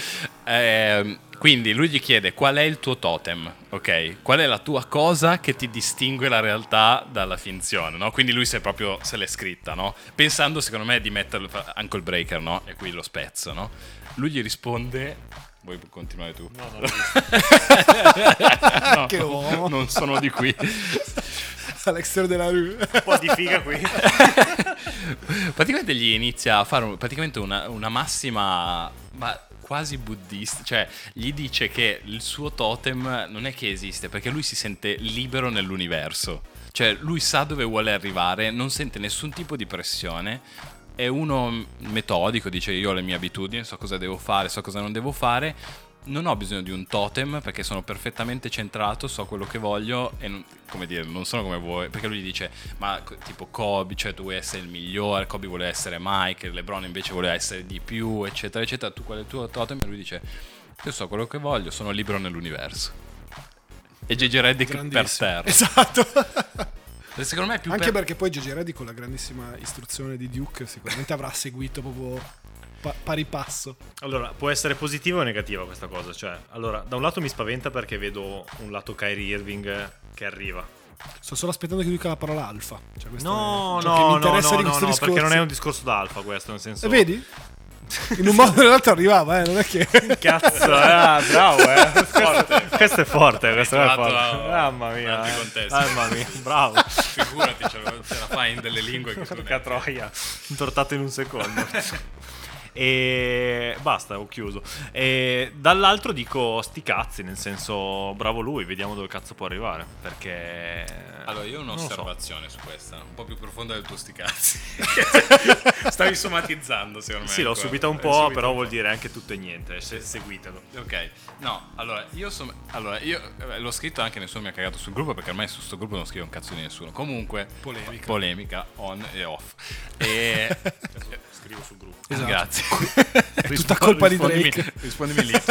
Speaker 1: Ehm, quindi lui gli chiede qual è il tuo totem, ok? Qual è la tua cosa che ti distingue la realtà dalla finzione, no? Quindi lui se proprio se l'è scritta, no? Pensando secondo me di metterlo fa- ankle breaker, no? E qui lo spezzo, no? Lui gli risponde Vuoi continuare tu?
Speaker 2: No, no, no.
Speaker 1: No,
Speaker 3: Che uomo.
Speaker 1: (laughs) Non sono di qui.
Speaker 3: Alexander della Rue.
Speaker 2: un po' di figa qui.
Speaker 1: Praticamente gli inizia a fare un- praticamente una, una massima ma quasi buddista, cioè gli dice che il suo totem non è che esiste perché lui si sente libero nell'universo, cioè lui sa dove vuole arrivare, non sente nessun tipo di pressione, è uno metodico, dice io ho le mie abitudini, so cosa devo fare, so cosa non devo fare. Non ho bisogno di un totem perché sono perfettamente centrato, so quello che voglio e non, come dire, non sono come voi. Perché lui gli dice, ma co- tipo Kobe, cioè tu vuoi essere il migliore, Kobe vuole essere Mike, LeBron invece vuole essere di più, eccetera, eccetera. Tu qual è il tuo totem? E lui dice, io so quello che voglio, sono libero nell'universo. E Gigi Reddick per
Speaker 3: Grandissimo.
Speaker 1: terra.
Speaker 3: Esatto.
Speaker 1: Secondo me è più
Speaker 3: Anche
Speaker 1: per-
Speaker 3: perché poi Gigi Reddy con la grandissima istruzione di Duke sicuramente avrà seguito proprio pa- pari passo.
Speaker 2: Allora, può essere positiva o negativa questa cosa. Cioè, allora, da un lato mi spaventa perché vedo un lato Kyrie Irving che arriva.
Speaker 3: Sto solo aspettando che dica la parola alfa. Cioè, questo
Speaker 2: No,
Speaker 3: è ciò che mi
Speaker 2: no, no, no,
Speaker 3: interessa
Speaker 2: no,
Speaker 3: di questo
Speaker 2: no,
Speaker 3: discorso.
Speaker 2: perché non è un discorso d'alfa questo, nel senso...
Speaker 3: E Eh, vedi? In un modo o nell'altro arrivava, eh, non è che... (laughs)
Speaker 2: Cazzo, eh, bravo, eh. Questo, questo è forte, questo è
Speaker 1: Ritrovato
Speaker 2: forte.
Speaker 1: a-
Speaker 2: Mamma
Speaker 1: in
Speaker 2: mia.
Speaker 1: altri
Speaker 2: eh.
Speaker 1: contesti.
Speaker 2: Mamma mia,
Speaker 1: (laughs)
Speaker 2: bravo.
Speaker 1: Figurati, ce la, ce la fai in delle lingue
Speaker 2: (laughs)
Speaker 1: che tu ne-
Speaker 2: Porca troia, intortato in un secondo. (laughs) E basta, ho chiuso. E dall'altro dico sti cazzi, nel senso bravo lui, vediamo dove cazzo può arrivare, perché
Speaker 1: Allora, io ho
Speaker 2: Non lo so.
Speaker 1: un'osservazione su questa, un po' più profonda del tuo sti
Speaker 2: (laughs)
Speaker 1: cazzi. Stavi somatizzando, secondo me.
Speaker 2: Sì, l'ho
Speaker 1: ancora.
Speaker 2: subita ecco, eh, un
Speaker 1: L'hai
Speaker 2: po',
Speaker 1: subita
Speaker 2: però
Speaker 1: un
Speaker 2: vuol
Speaker 1: po'.
Speaker 2: dire anche tutto e niente, se- seguitelo.
Speaker 1: Ok, no, allora io sono. Allora, io eh, l'ho scritto anche nessuno mi ha cagato sul gruppo perché ormai su sto gruppo non scrive un cazzo di nessuno. Comunque, polemica, on e off. E.
Speaker 2: (laughs) Scrivo sul gruppo.
Speaker 3: Esatto.
Speaker 1: Grazie.
Speaker 3: È tutta colpa di
Speaker 1: rispondimi-
Speaker 2: (laughs)
Speaker 3: Drake.
Speaker 1: Rispondimi lì. (laughs)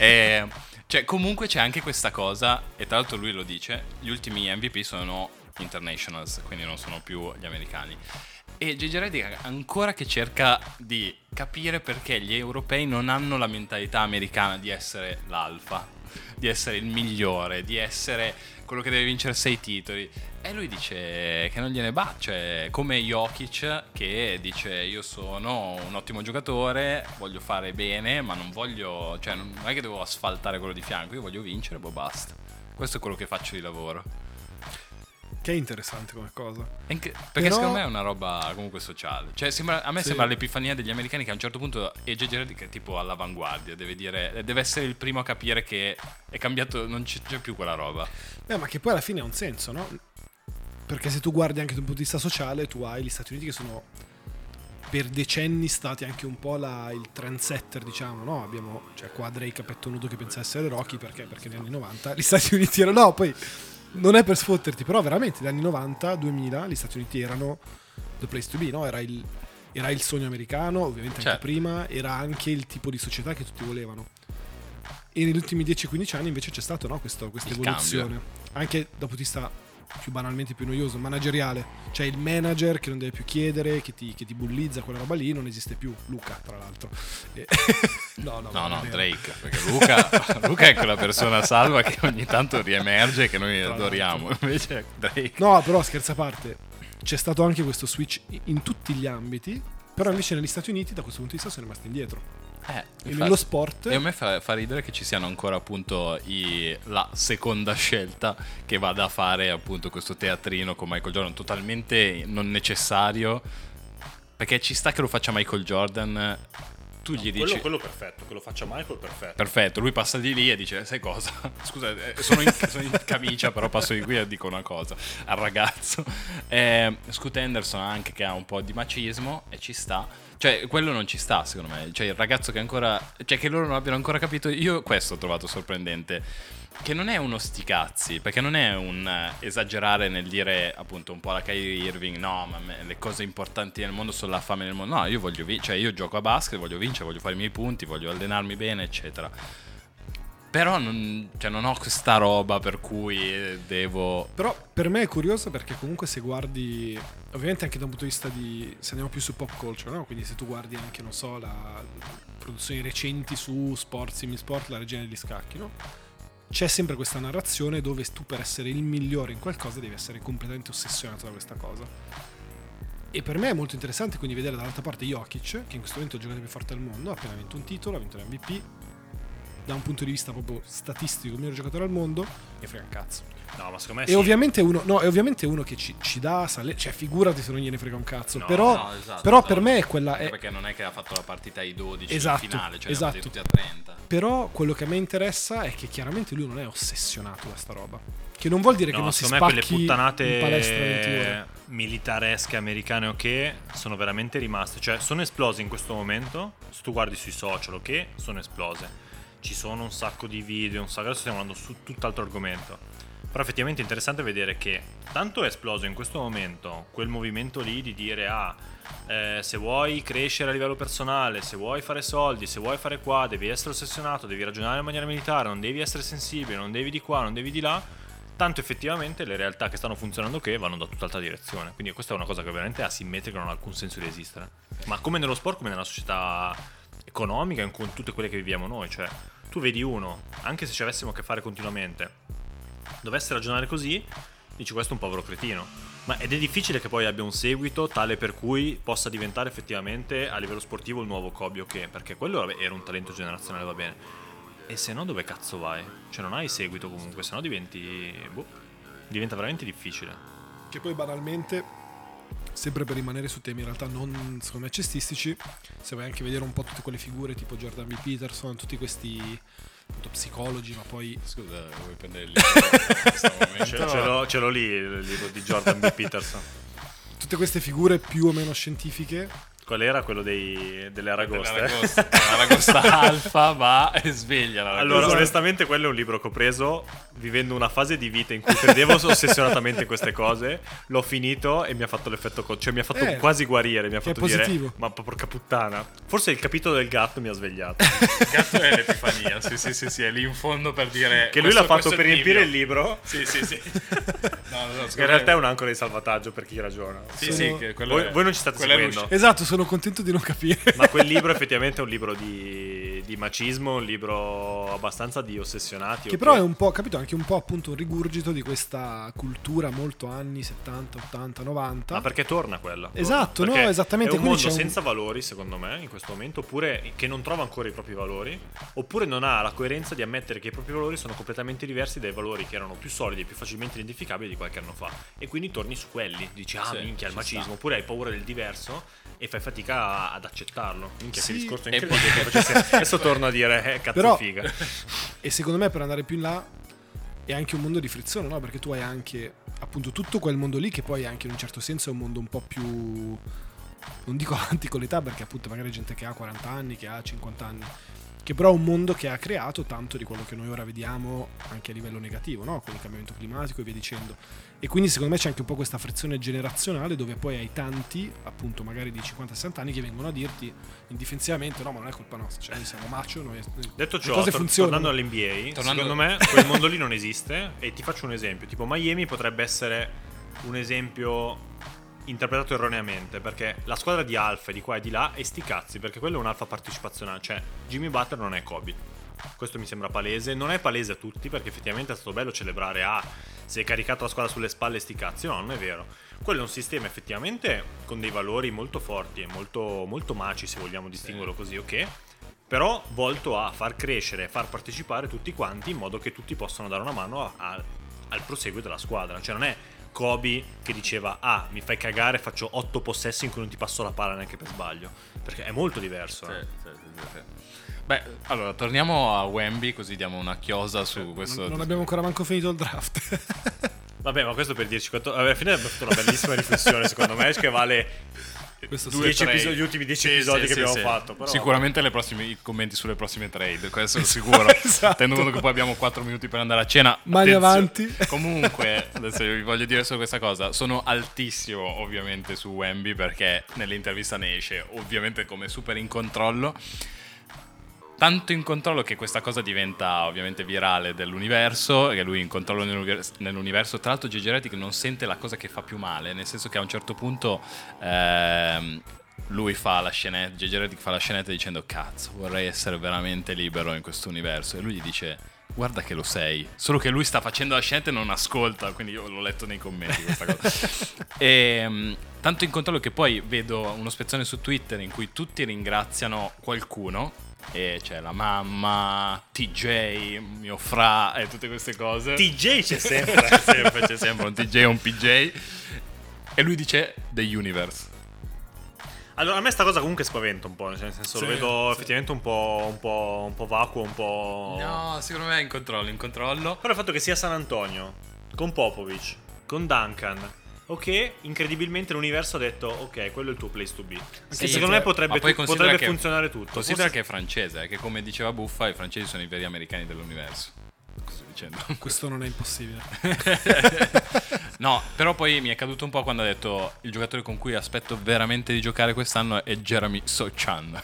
Speaker 1: Eh, cioè, comunque c'è anche questa cosa, e tra l'altro lui lo dice, gli ultimi MVP sono internationals, quindi non sono più gli americani. E Gigi Redick ancora che cerca di capire perché gli europei non hanno la mentalità americana di essere l'alfa, di essere il migliore, di essere quello che deve vincere sei titoli. E lui dice che non gliene va, cioè come Jokic che dice io sono un ottimo giocatore, voglio fare bene, ma non voglio, cioè non non è che devo asfaltare quello di fianco, io voglio vincere, boh basta. Questo è quello che faccio di lavoro.
Speaker 3: Che è interessante come cosa.
Speaker 1: E anche- perché
Speaker 3: Però-
Speaker 1: secondo me è una roba comunque sociale. Cioè, sembra- a me
Speaker 3: Sì.
Speaker 1: sembra l'epifania degli americani che a un certo punto è J.J. Redick è tipo all'avanguardia, deve dire, deve essere il primo a capire che è cambiato, non c'è, c'è più quella roba.
Speaker 3: Eh, ma che poi alla fine ha un senso, no? Perché se tu guardi anche da un punto di vista sociale, tu hai gli Stati Uniti che sono per decenni stati anche un po' la- il trendsetter, diciamo, no? Abbiamo, cioè qua Drake a petto nudo che pensa essere Rocky, perché? Perché negli anni 90 gli (laughs) Stati Uniti erano... No, poi non è per sfotterti, però veramente negli anni 90, 2000, gli Stati Uniti erano the place to be, no? Era il, era il sogno americano, ovviamente anche
Speaker 1: Certo.
Speaker 3: prima, era anche il tipo di società che tutti volevano. E negli ultimi 10-15 anni invece c'è stata no, questo- questa
Speaker 1: Il
Speaker 3: evoluzione. Anche da punto di vista più banalmente più noioso, manageriale. C'è il manager che non deve più chiedere, che ti, che ti bullizza, quella roba lì non esiste più. Luca, tra l'altro. E- (laughs) no, no,
Speaker 1: No,
Speaker 3: non
Speaker 1: no,
Speaker 3: è vero.
Speaker 1: Drake, perché Luca, (laughs) Luca è quella persona salva che ogni tanto riemerge e che noi
Speaker 3: l'altro.
Speaker 1: adoriamo. Invece Drake
Speaker 3: No, però scherza a parte, c'è stato anche questo switch in tutti gli ambiti, però invece negli Stati Uniti da questo punto di vista sono rimasti indietro.
Speaker 1: Eh,
Speaker 3: E
Speaker 1: infatti.
Speaker 3: nello sport...
Speaker 1: E a me fa, fa ridere che ci siano ancora appunto i- la seconda scelta che vada a fare appunto questo teatrino con Michael Jordan, totalmente non necessario, perché ci sta che lo faccia Michael Jordan, tu gli dici...
Speaker 2: Quello, quello perfetto, che lo faccia Michael, perfetto.
Speaker 1: Perfetto, lui passa di lì e dice, sai cosa? (laughs) Scusa, eh, sono in, sono in
Speaker 3: (laughs)
Speaker 1: camicia, però passo di qui e dico una cosa al ragazzo. Eh, Scoot Henderson anche che ha un po' di macismo e ci sta. Cioè, quello non ci sta, secondo me. Cioè, il ragazzo che ancora... Cioè, che loro non abbiano ancora capito... Io questo ho trovato sorprendente. Che non è uno sticazzi, perché non è un eh, esagerare nel dire appunto un po' la Kyrie Irving, no, ma me- le cose importanti nel mondo sono la fame nel mondo. No, io voglio vincere, cioè io gioco a basket, voglio vincere, voglio fare i miei punti, voglio allenarmi bene, eccetera. Però non, cioè, non ho questa roba per cui eh, devo...
Speaker 3: Però per me è curioso perché comunque se guardi, ovviamente anche da un punto di vista di, se andiamo più su pop culture, no? quindi se tu guardi anche, non so, la, produzioni recenti su sport, semisport, la regina degli scacchi, no? C'è sempre questa narrazione dove tu per essere il migliore in qualcosa devi essere completamente ossessionato da questa cosa. E per me è molto interessante quindi vedere dall'altra parte Jokic, che in questo momento è il giocatore più forte al mondo, ha appena vinto un titolo, ha vinto l'MVP, da un punto di vista proprio statistico, il miglior giocatore al mondo, e frega un cazzo.
Speaker 2: No, ma
Speaker 1: Eh
Speaker 2: secondo me
Speaker 3: E ovviamente uno, no, è ovviamente uno che ci, ci dà, sale- cioè figurati se non gliene frega un cazzo, però,
Speaker 1: esatto,
Speaker 3: però per me è quella... è-
Speaker 1: Perché non è che ha fatto la partita ai 12
Speaker 3: in
Speaker 1: in
Speaker 3: Esatto,
Speaker 1: finale, cioè
Speaker 3: ne ha esatto. fatti
Speaker 1: tutti
Speaker 3: tutti
Speaker 1: a 30.
Speaker 3: però quello che a me interessa è che chiaramente lui non è ossessionato da sta roba. Che non vuol dire che
Speaker 2: No,
Speaker 3: non si
Speaker 2: secondo me quelle
Speaker 3: spacchi in palestra 20
Speaker 2: puttanate
Speaker 3: ore.
Speaker 2: militaresche americane o che sono veramente rimaste, cioè sono esplose in questo momento, se tu guardi sui social o che sono esplose. Ci sono un sacco di video, un sacco, adesso stiamo andando su tutt'altro argomento. Però effettivamente è interessante vedere che tanto è esploso in questo momento quel movimento lì di dire ah eh, se vuoi crescere a livello personale, se vuoi fare soldi, se vuoi fare qua, devi essere ossessionato, devi ragionare in maniera militare, non devi essere sensibile, non devi di qua, non devi di là. Tanto effettivamente le realtà che stanno funzionando che vanno da tutt'altra direzione. Quindi questa è una cosa che veramente è asimmetrica, non ha alcun senso di esistere. Ma come nello sport, come nella società economica, in- con tutte quelle che viviamo noi. Cioè, tu vedi uno, anche se ci avessimo a che fare continuamente, dovesse ragionare così, dici questo è un povero cretino. Ma ed è difficile che poi abbia un seguito tale per cui possa diventare effettivamente a livello sportivo il nuovo Kobe o che, perché quello vabbè, era un talento generazionale, va bene. E se no dove cazzo vai? Cioè non hai seguito comunque, se no diventi... boh, diventa veramente difficile.
Speaker 3: Che poi banalmente, sempre per rimanere su temi in realtà non secondo me cestistici, se vai anche a vedere un po' tutte quelle figure tipo Jordan B. Peterson, tutti questi appunto, psicologi, ma poi
Speaker 1: Scusa, vuoi prendere il libro? in questo momento?
Speaker 2: (laughs) Ce, Eh, ce l'ho, ce l'ho lì il libro di Jordan B. Peterson.
Speaker 3: tutte queste figure più o meno scientifiche
Speaker 2: Qual era quello dei, delle aragoste?
Speaker 1: L'aragosta,
Speaker 2: (laughs)
Speaker 1: l'aragosta alfa va e sveglia l'aragosta.
Speaker 3: Esatto.
Speaker 1: (laughs)
Speaker 2: Allora, onestamente, quello è un libro che ho preso vivendo una fase di vita in cui
Speaker 3: (laughs)
Speaker 2: credevo ossessionatamente in queste cose. L'ho finito e mi ha fatto l'effetto, co- cioè mi ha fatto
Speaker 3: Eh,
Speaker 2: quasi guarire. Mi ha
Speaker 3: che è
Speaker 2: fatto dire,
Speaker 3: positivo.
Speaker 2: ma porca puttana. Forse il capitolo del gatto mi ha svegliato.
Speaker 3: Eh,
Speaker 1: il gatto è l'epifania, sì sì sì, sì, è lì in fondo per dire...
Speaker 2: che lui
Speaker 1: questo-
Speaker 2: l'ha fatto
Speaker 1: questo è
Speaker 2: per riempire il
Speaker 1: bivio.
Speaker 2: libro.
Speaker 1: Sì sì
Speaker 2: (laughs)
Speaker 1: sì. No, no,
Speaker 2: Che in realtà è un'ancora di salvataggio per chi ragiona.
Speaker 1: Sì,
Speaker 3: Sono-
Speaker 1: sì, che quello
Speaker 2: Voi-
Speaker 1: è-
Speaker 2: voi non ci state
Speaker 1: quello è
Speaker 2: seguendo.
Speaker 1: Ruscia.
Speaker 3: Esatto, sono contento di non capire. (laughs)
Speaker 2: Ma
Speaker 1: (laughs)
Speaker 2: quel libro effettivamente è un libro di, di macismo, un libro abbastanza di ossessionati.
Speaker 3: Che
Speaker 2: ok?
Speaker 3: però è un po', capito, anche un po' appunto un rigurgito di questa cultura molto anni 70, 80, 90.
Speaker 2: Ma perché torna quella?
Speaker 3: Esatto,
Speaker 2: Perché
Speaker 3: no, esattamente,
Speaker 2: È un
Speaker 3: quindi
Speaker 2: mondo
Speaker 3: c'è un-
Speaker 2: senza valori, secondo me, in questo momento, oppure che non trova ancora i propri valori, oppure non ha la coerenza di ammettere che i propri valori sono completamente diversi dai valori che erano più solidi e più facilmente identificabili di qualche anno fa. E quindi torni su quelli, dici, ah,
Speaker 1: Sì,
Speaker 2: minchia, il
Speaker 1: ci
Speaker 2: macismo,
Speaker 1: sta.
Speaker 2: oppure hai paura del diverso e fai fatica a- ad accettarlo. Minchia,
Speaker 3: Sì,
Speaker 2: che discorso
Speaker 1: e poi-
Speaker 2: incredibile che facessi. Adesso torno a dire, eh, cazzo
Speaker 3: Però-
Speaker 2: figa.
Speaker 3: E secondo me per andare più in là è anche un mondo di frizione, no? Perché tu hai anche appunto tutto quel mondo lì che poi anche in un certo senso è un mondo un po' più (laughs) non dico avanti con l'età perché appunto magari gente che ha 40 anni, che ha 50 anni, che che però è un mondo che ha creato tanto di quello che noi ora vediamo anche a livello negativo, no? con il cambiamento climatico e via dicendo. E quindi secondo me c'è anche un po' questa frizione generazionale dove poi hai tanti, appunto magari di 50-60 anni, che vengono a dirti indifensivamente no ma non è colpa nostra, cioè noi siamo macho, noi...
Speaker 2: Detto
Speaker 3: le
Speaker 2: ciò,
Speaker 3: cose
Speaker 2: tor-
Speaker 3: funzionano.
Speaker 2: tornando all'NBA,
Speaker 1: Tornando-
Speaker 2: secondo me quel mondo lì non esiste. E ti faccio un esempio: tipo Miami potrebbe essere un esempio interpretato erroneamente perché la squadra di alfa è di qua e di là e sti cazzi perché quello è un alfa partecipazionale cioè Jimmy Butler non è Kobe questo mi sembra palese non è palese a tutti perché effettivamente è stato bello celebrare ah si è caricato la squadra sulle spalle sti cazzi no non è vero quello è un sistema effettivamente con dei valori molto forti e molto, molto maci se vogliamo distinguerlo così ok però volto a far crescere, far partecipare tutti quanti in modo che tutti possano dare una mano a- a- al proseguo della squadra. Cioè non è Kobe che diceva ah mi fai cagare faccio 8 possessi in cui non ti passo la palla neanche per sbaglio, perché è molto diverso. eh.
Speaker 1: Sì, sì, sì, sì, sì. Beh, allora torniamo a Wemby così diamo una chiosa su Ecco, questo.
Speaker 3: Non, non abbiamo ancora manco finito il draft.
Speaker 1: (laughs)
Speaker 2: Vabbè ma questo per dirci quanto... Alla fine abbiamo fatto una bellissima riflessione secondo me che vale
Speaker 3: Questo
Speaker 2: Due-
Speaker 3: sì.
Speaker 2: dieci episodi- gli ultimi dieci episodi che abbiamo fatto, però-
Speaker 1: Sicuramente le prossime- i commenti sulle prossime trade, questo
Speaker 2: (laughs)
Speaker 1: è sicuro.
Speaker 3: esatto.
Speaker 1: Tenendo conto che poi abbiamo 4 minuti per andare a cena.
Speaker 3: Mani
Speaker 1: attenzione.
Speaker 3: avanti.
Speaker 1: (laughs) Comunque, adesso io vi voglio dire solo questa cosa. Sono altissimo ovviamente su Wemby perché nell'intervista ne esce ovviamente come super in controllo. Tanto in controllo che questa cosa diventa ovviamente virale dell'universo, che lui in controllo nell'univers- nell'universo. Tra l'altro Gigi Redick non sente la cosa che fa più male, nel senso che a un certo punto ehm, lui fa la scenetta, J.J. Redick fa la scenetta dicendo cazzo vorrei essere veramente libero in questo universo e lui gli dice guarda che lo sei solo che lui sta facendo la scenetta e non ascolta quindi io l'ho letto nei commenti
Speaker 3: (laughs)
Speaker 1: questa cosa e, mh, tanto in controllo che poi vedo uno spezzone su Twitter in cui tutti ringraziano qualcuno e c'è la mamma TJ mio fra e tutte queste cose
Speaker 2: TJ c'è sempre.
Speaker 1: sempre, c'è sempre un TJ e un PJ e lui dice The Universe
Speaker 2: Allora, a me sta cosa comunque spaventa un po', cioè, nel senso lo
Speaker 3: Sì,
Speaker 2: vedo
Speaker 3: sì.
Speaker 2: effettivamente un po', un, po', un po' vacuo, un po'...
Speaker 1: No, secondo me è in controllo, in controllo.
Speaker 2: Però il fatto che sia San Antonio, con Popovic, con Duncan, ok, incredibilmente l'universo ha detto, ok, quello è il tuo place to be.
Speaker 1: Sì,
Speaker 2: e secondo
Speaker 1: cioè,
Speaker 2: me potrebbe,
Speaker 1: ma poi
Speaker 2: tu-
Speaker 1: considera
Speaker 2: potrebbe
Speaker 1: che-
Speaker 2: funzionare tutto.
Speaker 1: Considera
Speaker 2: Forse-
Speaker 1: che è francese, eh, che come diceva Buffa, i francesi sono i veri americani dell'universo. Cosa sto
Speaker 2: (laughs)
Speaker 1: dicendo?
Speaker 3: Questo non è impossibile.
Speaker 1: no, però poi mi è caduto un po' quando ha detto il giocatore con cui aspetto veramente di giocare quest'anno è Jeremy Sochan.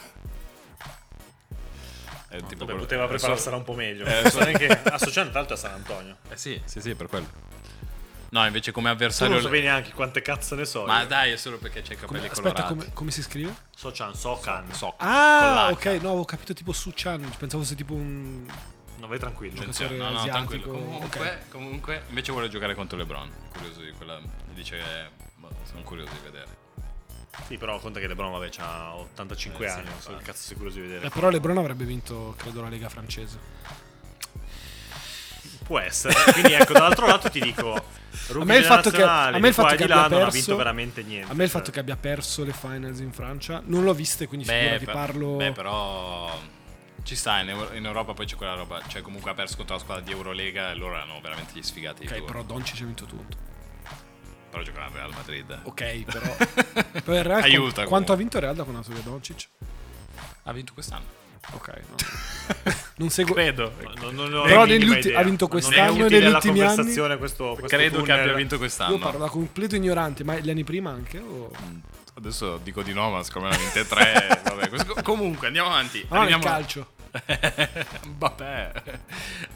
Speaker 1: È tipo
Speaker 2: Vabbè,
Speaker 1: quello-
Speaker 2: poteva
Speaker 1: è
Speaker 2: prepararsela
Speaker 1: solo-
Speaker 2: un po' meglio.
Speaker 1: Eh,
Speaker 2: So neanche- associando tra l'altro a San Antonio.
Speaker 1: Eh sì, sì, sì, per quello. No, invece come
Speaker 2: Tu non
Speaker 1: avversario...
Speaker 2: sapevi neanche quante cazzo ne so.
Speaker 1: Ma
Speaker 2: io.
Speaker 1: dai, è solo perché c'è i capelli
Speaker 3: Come- aspetta,
Speaker 1: colorati.
Speaker 3: come, come si scrive?
Speaker 2: Sochan, Sokan.
Speaker 1: So,
Speaker 3: Ah, ok,
Speaker 1: con l'H.
Speaker 3: no, avevo capito tipo Suchan, pensavo fosse tipo un...
Speaker 2: Non vai tranquillo.
Speaker 3: Cioè,
Speaker 1: Attenzione, no, no,
Speaker 3: asiatico,
Speaker 1: tranquillo.
Speaker 3: ok.
Speaker 1: Comunque, comunque, invece vuole giocare contro LeBron. Curioso di quella. Dice che. boh, sono curioso di vedere.
Speaker 2: Sì, però conta che LeBron, vabbè, ha 85
Speaker 1: Eh, sì,
Speaker 2: anni, non so
Speaker 1: infatti.
Speaker 2: che cazzo sei curioso di vedere.
Speaker 3: Eh, però Lebron avrebbe vinto, credo, la Lega francese.
Speaker 2: Può essere. Quindi ecco, dall'altro lato ti dico...
Speaker 3: (laughs) A
Speaker 2: rookie
Speaker 3: me il fatto che, a
Speaker 2: generazionali,
Speaker 3: me il
Speaker 2: di qua
Speaker 3: fatto
Speaker 2: e
Speaker 3: che
Speaker 2: di
Speaker 3: abbia
Speaker 2: là
Speaker 3: perso,
Speaker 2: non ha vinto veramente niente.
Speaker 3: A me il
Speaker 2: cioè.
Speaker 3: fatto che abbia perso le finals in Francia, non l'ho viste, quindi figurati
Speaker 1: per-
Speaker 3: parlo...
Speaker 1: beh, però. Ci sta, in, Eu- in Europa poi c'è quella roba. Cioè, comunque ha perso contro la squadra di Eurolega e loro erano veramente gli sfigati. di
Speaker 3: ok,
Speaker 1: turno.
Speaker 3: però Doncic ha vinto tutto.
Speaker 1: Però giocava al Real Madrid.
Speaker 3: Ok, però...
Speaker 1: (laughs)
Speaker 3: però il Real, con-
Speaker 1: Aiuta, comunque.
Speaker 3: Quanto ha vinto il Real da quando ha preso Doncic?
Speaker 1: Ha vinto quest'anno.
Speaker 3: Ok,
Speaker 1: (laughs)
Speaker 3: no. non seguo...
Speaker 1: Credo.
Speaker 2: Non, non ho
Speaker 3: Però
Speaker 2: la minima
Speaker 3: negli ulti-
Speaker 2: idea.
Speaker 3: ha vinto
Speaker 2: Non è
Speaker 3: quest'anno
Speaker 2: utile
Speaker 3: e negli
Speaker 2: la
Speaker 3: ultimi anni?
Speaker 2: conversazione, Questo, questo
Speaker 1: Credo che
Speaker 2: tunnel.
Speaker 1: abbia vinto
Speaker 3: Io
Speaker 1: quest'anno.
Speaker 3: parlo da completo ignorante, ma gli anni prima anche? o-
Speaker 1: Adesso dico di no, ma siccome ne ha vinte tre. (laughs) vabbè, questo- comunque andiamo avanti.
Speaker 3: Ma non è il
Speaker 1: Arriviamo-
Speaker 3: calcio.
Speaker 1: (laughs) Vabbè.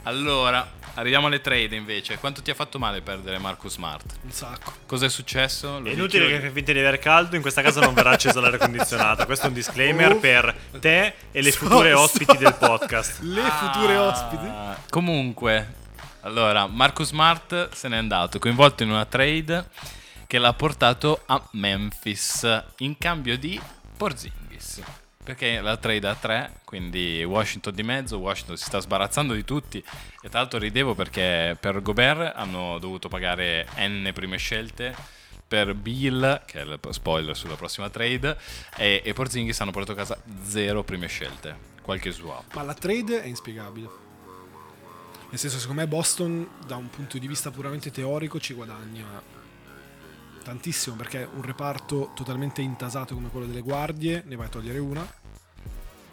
Speaker 1: Allora, arriviamo alle trade invece. Quanto ti ha fatto male perdere Marcus Smart?
Speaker 3: Un sacco.
Speaker 1: Cos'è successo? Lo
Speaker 2: È inutile che
Speaker 1: richiudi.
Speaker 2: fai finta di aver caldo, in questa casa non verrà acceso l'aria condizionata. Questo è un disclaimer per te e le future ospiti del
Speaker 3: (laughs)
Speaker 2: podcast.
Speaker 3: Le future ospiti.
Speaker 1: Ah, comunque, allora, Marcus Smart se n'è andato, coinvolto in una trade che l'ha portato a Memphis in cambio di Porzingis. Perché la trade a 3, quindi Washington di mezzo, Washington si sta sbarazzando di tutti. E tra l'altro ridevo perché per Gobert hanno dovuto pagare N prime scelte, per Bill, che è il spoiler sulla prossima trade, e, e Porzingis hanno portato a casa zero prime scelte, qualche swap.
Speaker 3: Ma la trade è inspiegabile. Nel senso, secondo me Boston, da un punto di vista puramente teorico, ci guadagna tantissimo, perché un reparto totalmente intasato come quello delle guardie, ne vai a togliere una.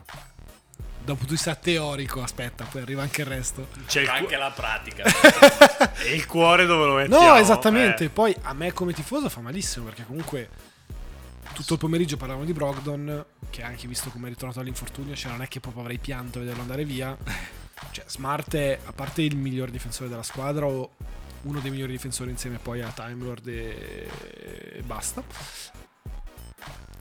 Speaker 3: da un punto di vista teorico, aspetta, poi arriva anche il resto.
Speaker 2: C'è il,
Speaker 1: Anche
Speaker 2: cu-
Speaker 1: la pratica.
Speaker 2: (laughs) e il cuore dove lo
Speaker 3: No,
Speaker 2: mettiamo?
Speaker 3: esattamente.
Speaker 2: Eh,
Speaker 3: Poi a me come tifoso fa malissimo perché comunque tutto il pomeriggio parlavamo di Brogdon, che anche visto come è ritornato dall'infortunio, cioè non è che proprio avrei pianto a vederlo andare
Speaker 2: (laughs)
Speaker 3: via. Cioè, Smart è, a parte il miglior difensore della squadra o uno dei migliori difensori insieme poi a Time Lord e, e basta.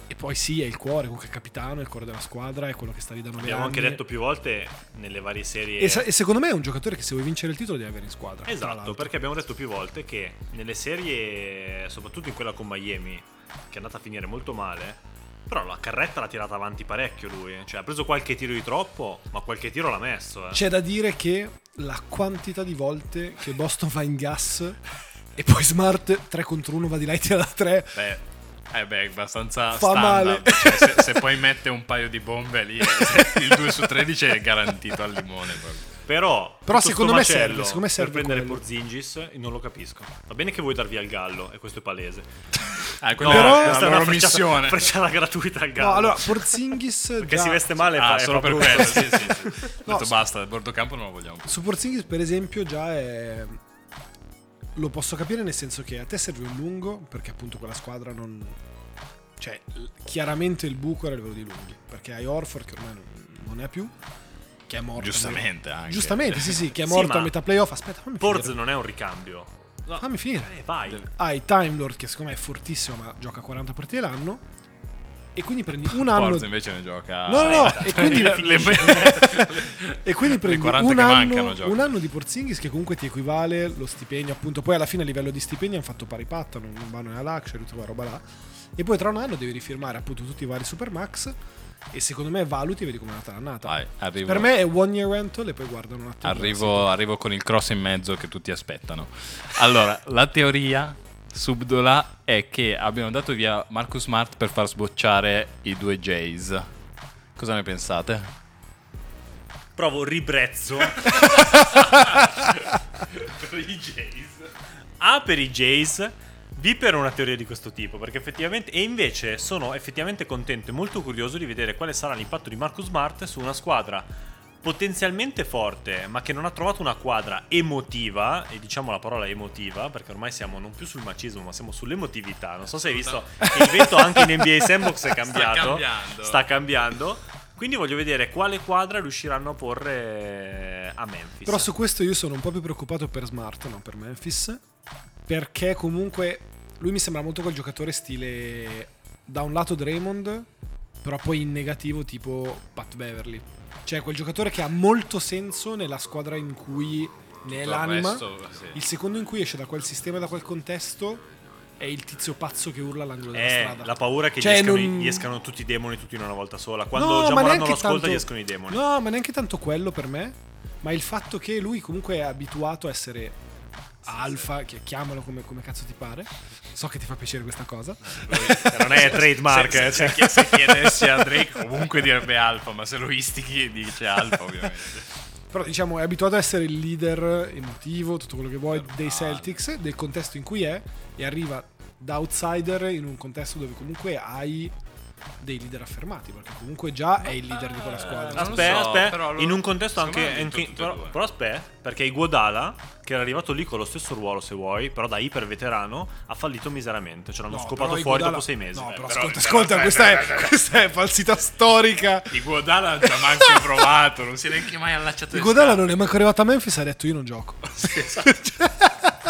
Speaker 3: E poi sì, è il cuore, comunque è il capitano, è il cuore della squadra, è quello che sta lì da nove
Speaker 2: abbiamo anche
Speaker 3: anni.
Speaker 2: detto più volte nelle varie serie.
Speaker 3: E, sa- e secondo me è un giocatore che se vuoi vincere il titolo devi avere in squadra. tra
Speaker 2: Esatto,
Speaker 3: l'altro.
Speaker 2: perché abbiamo detto più volte che nelle serie, soprattutto in quella con Miami, che è andata a finire molto male, però la carretta l'ha tirata avanti parecchio lui. Cioè, ha preso qualche tiro di troppo, ma qualche tiro l'ha messo. Eh.
Speaker 3: C'è da dire che la quantità di volte che Boston va in gas e poi Smart 3 contro 1 va di là e tira da 3.
Speaker 1: Beh, eh beh, è abbastanza
Speaker 3: Fa
Speaker 1: standard.
Speaker 3: male.
Speaker 1: Cioè, se, se poi mette un paio di bombe lì, eh, il 2 su 13 è garantito al limone. proprio.
Speaker 2: Però,
Speaker 3: Però
Speaker 2: tutto sto
Speaker 3: secondo me
Speaker 2: macello
Speaker 3: serve, secondo me serve
Speaker 2: per prendere
Speaker 3: quello.
Speaker 2: Porzingis, non lo capisco. Va bene che vuoi darvi al gallo, e questo è palese.
Speaker 1: Ah,
Speaker 2: No,
Speaker 1: quella è
Speaker 2: questa
Speaker 1: la
Speaker 2: è una
Speaker 1: loro
Speaker 2: frecciata-
Speaker 1: missione.
Speaker 2: Frecciata gratuita al gallo.
Speaker 3: No, allora Porzingis
Speaker 2: (laughs) perché
Speaker 3: già-
Speaker 2: si veste male
Speaker 1: Ah,
Speaker 2: fa-
Speaker 1: solo
Speaker 2: fa
Speaker 1: per
Speaker 2: brutto.
Speaker 1: quello, sì, sì, sì. Ho
Speaker 3: No,
Speaker 1: detto
Speaker 3: s-
Speaker 1: basta, il bordo campo non lo vogliamo più.
Speaker 3: Su Porzingis per esempio già è lo posso capire nel senso che a te serve un lungo perché appunto quella squadra non cioè l- chiaramente il buco era il livello di lunghi perché hai Orford che ormai non- non ne ha più che è morto
Speaker 1: Giustamente anche.
Speaker 3: giustamente sì sì che è
Speaker 2: Sì,
Speaker 3: morto
Speaker 2: ma
Speaker 3: a metà playoff aspetta fammi
Speaker 2: Porz
Speaker 3: finire
Speaker 2: non è un ricambio. No.
Speaker 3: fammi finire
Speaker 2: Eh, vai.
Speaker 3: hai Time Lord che secondo me è fortissimo ma gioca 40 partite l'anno e quindi prendi un anno
Speaker 1: Forza invece ne gioca.
Speaker 3: No, no, no, e quindi
Speaker 1: (laughs)
Speaker 3: la- (laughs) e quindi
Speaker 1: le
Speaker 3: prendi
Speaker 1: 40
Speaker 3: un
Speaker 1: che mancano
Speaker 3: anno,
Speaker 1: gioca.
Speaker 3: un anno di Porzingis che comunque ti equivale lo stipendio appunto poi alla fine a livello di stipendi hanno fatto pari patta non, non vanno nella luxury tutta quella roba là e poi tra un anno devi rifirmare appunto tutti i vari supermax e secondo me valuti e vedi come è andata l'annata
Speaker 1: Vai, arrivo.
Speaker 3: per me è one year rental e poi guardano un attimo
Speaker 1: Arrivo, arrivo con il cross in mezzo che tutti aspettano. Allora, la teoria subdola è che abbiano dato via Marcus Smart per far sbocciare i due Jays. Cosa ne pensate?
Speaker 2: Provo (laughs) ribrezzo. per i Jays. A per i Jays. B per una teoria di questo tipo. Perché effettivamente. E invece sono effettivamente contento e molto curioso di vedere quale sarà l'impatto di Marcus Smart su una squadra potenzialmente forte, ma che non ha trovato una quadra emotiva. E diciamo la parola emotiva, perché ormai siamo non più sul macismo, ma siamo sull'emotività. Non so se hai visto che il vento anche in NBA Sandbox è cambiato.
Speaker 1: cambiando.
Speaker 2: Sta cambiando. Quindi voglio vedere quale quadra riusciranno a porre a Memphis.
Speaker 3: Però su questo io sono un po' più preoccupato per Smart, non per Memphis, perché comunque lui mi sembra molto quel giocatore stile da un lato Draymond, però poi in negativo tipo Pat Beverly. Cioè quel giocatore che ha molto senso nella squadra in cui
Speaker 2: Cioè,
Speaker 3: ne è
Speaker 1: il (laughs)
Speaker 3: l'anima.
Speaker 1: resto, sì.
Speaker 3: Il secondo in cui esce da quel sistema e da quel contesto è il tizio pazzo che urla all'angolo della
Speaker 2: Eh,
Speaker 3: strada.
Speaker 2: la paura è che
Speaker 3: Cioè,
Speaker 2: gli, escano,
Speaker 3: non-
Speaker 2: gli escano tutti i demoni tutti in una volta sola. Quando
Speaker 3: No,
Speaker 2: già
Speaker 3: ma
Speaker 2: Morano
Speaker 3: neanche
Speaker 2: lo ascolta,
Speaker 3: tanto-
Speaker 2: gli escono i demoni.
Speaker 3: No, ma neanche tanto quello per me, ma il fatto che lui comunque è abituato a essere alfa, che chiamalo come, come cazzo ti pare. So che ti fa piacere questa cosa.
Speaker 2: Cioè,
Speaker 3: (laughs)
Speaker 2: Non è trademark.
Speaker 1: Se,
Speaker 2: eh,
Speaker 1: se-
Speaker 2: cioè.
Speaker 1: se- se chiedessi a Drake comunque direbbe Alfa, ma se lo istighi dice Alfa ovviamente.
Speaker 3: Però diciamo è abituato a essere il leader emotivo, tutto quello che vuoi
Speaker 2: Certo.
Speaker 3: dei Celtics, del contesto in cui è e arriva da outsider in un contesto dove comunque hai dei leader affermati, perché comunque già è il leader di quella squadra.
Speaker 1: non
Speaker 2: Aspetta,
Speaker 1: so,
Speaker 2: aspetta,
Speaker 1: però lo-
Speaker 2: in un contesto
Speaker 1: secondo
Speaker 2: anche.
Speaker 1: me hanno vinto
Speaker 2: anche-
Speaker 1: tutte e
Speaker 2: però,
Speaker 1: due.
Speaker 2: però aspetta, perché Iguodala, che era arrivato lì con lo stesso ruolo, se vuoi, però da iper veterano, ha fallito miseramente. Cioè, l'hanno
Speaker 3: No,
Speaker 2: scopato
Speaker 3: però
Speaker 2: fuori
Speaker 3: Iguodala-
Speaker 2: dopo sei mesi.
Speaker 3: No,
Speaker 2: Eh,
Speaker 3: però,
Speaker 1: però-
Speaker 3: ascolta,
Speaker 1: però-
Speaker 3: ascolta, questa, è, questa è falsità storica.
Speaker 1: Di Guadala non ci ha manco provato, non si è neanche mai allacciato le
Speaker 3: Godala
Speaker 1: scarpe.
Speaker 3: non è manco arrivato a Memphis e ha detto io non gioco.
Speaker 2: (laughs)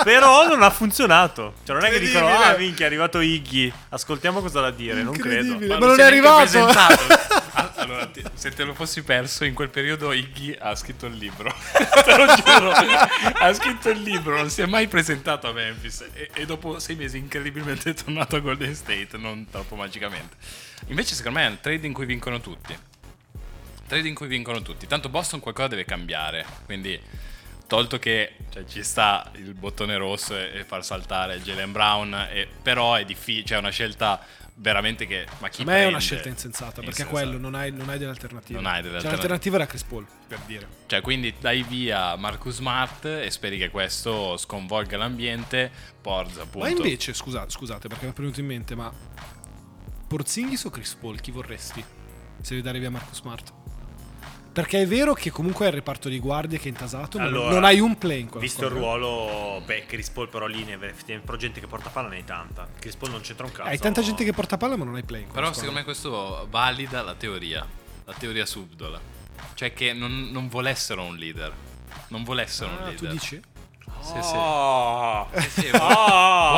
Speaker 2: Però non ha funzionato. Cioè, non è che dicono,
Speaker 3: Incredibile.
Speaker 2: ah, minchia, è arrivato Iggy. Ascoltiamo cosa ha da dire. Non credo.
Speaker 3: Incredibile.
Speaker 1: Ma
Speaker 3: Ma
Speaker 1: non
Speaker 3: non
Speaker 1: si
Speaker 3: è
Speaker 1: è neanche
Speaker 3: arrivato. (laughs)
Speaker 1: presentato. Ah, allora, ti- se te lo fossi perso, in quel periodo Iggy ha scritto il libro. (laughs) te lo giuro. ha scritto il libro, non si è mai presentato a Memphis. E, e dopo sei mesi, incredibilmente, (laughs) è tornato a Golden State. Non troppo magicamente. Invece, secondo me, è un trade in cui vincono tutti. Trade in cui vincono tutti. Tanto Boston qualcosa deve cambiare. Quindi, tolto che cioè, ci sta il bottone rosso e, e far saltare Jalen Brown, e- però è difficile. Cioè, è una scelta veramente che. Ma chi
Speaker 3: A me è una
Speaker 1: prende?
Speaker 3: scelta insensata, perché
Speaker 1: Insensata.
Speaker 3: quello non hai, non hai delle alternative.
Speaker 1: Non hai delle
Speaker 3: Cioè, l'alternativa era Chris Paul, per dire.
Speaker 1: Cioè, quindi dai via Marcus Smart e speri che questo sconvolga l'ambiente. Porza,
Speaker 3: Ma
Speaker 1: appunto.
Speaker 3: invece, scusa- scusate perché mi è venuto in mente, ma Porzingis o Chris Paul, chi vorresti? Se devi dare via Marco Smart. Perché è vero che comunque è il reparto di guardie che è intasato, ma
Speaker 2: Allora,
Speaker 3: non hai un play in quella
Speaker 2: Visto il
Speaker 3: squadra.
Speaker 2: ruolo, beh, Chris Paul però lì ne è effettivamente però gente che porta palla ne hai tanta. Chris Paul non c'entra un cazzo.
Speaker 3: Hai tanta gente che porta palla, ma non hai play in quella
Speaker 1: Però secondo me questo valida la teoria, la teoria subdola. Cioè che non, non volessero un leader. Non volessero un
Speaker 3: squadra. Ah,
Speaker 1: leader.
Speaker 3: tu dici?
Speaker 1: Sì, sì. (laughs)
Speaker 5: Oh,
Speaker 1: Sì, sì,
Speaker 5: Ah,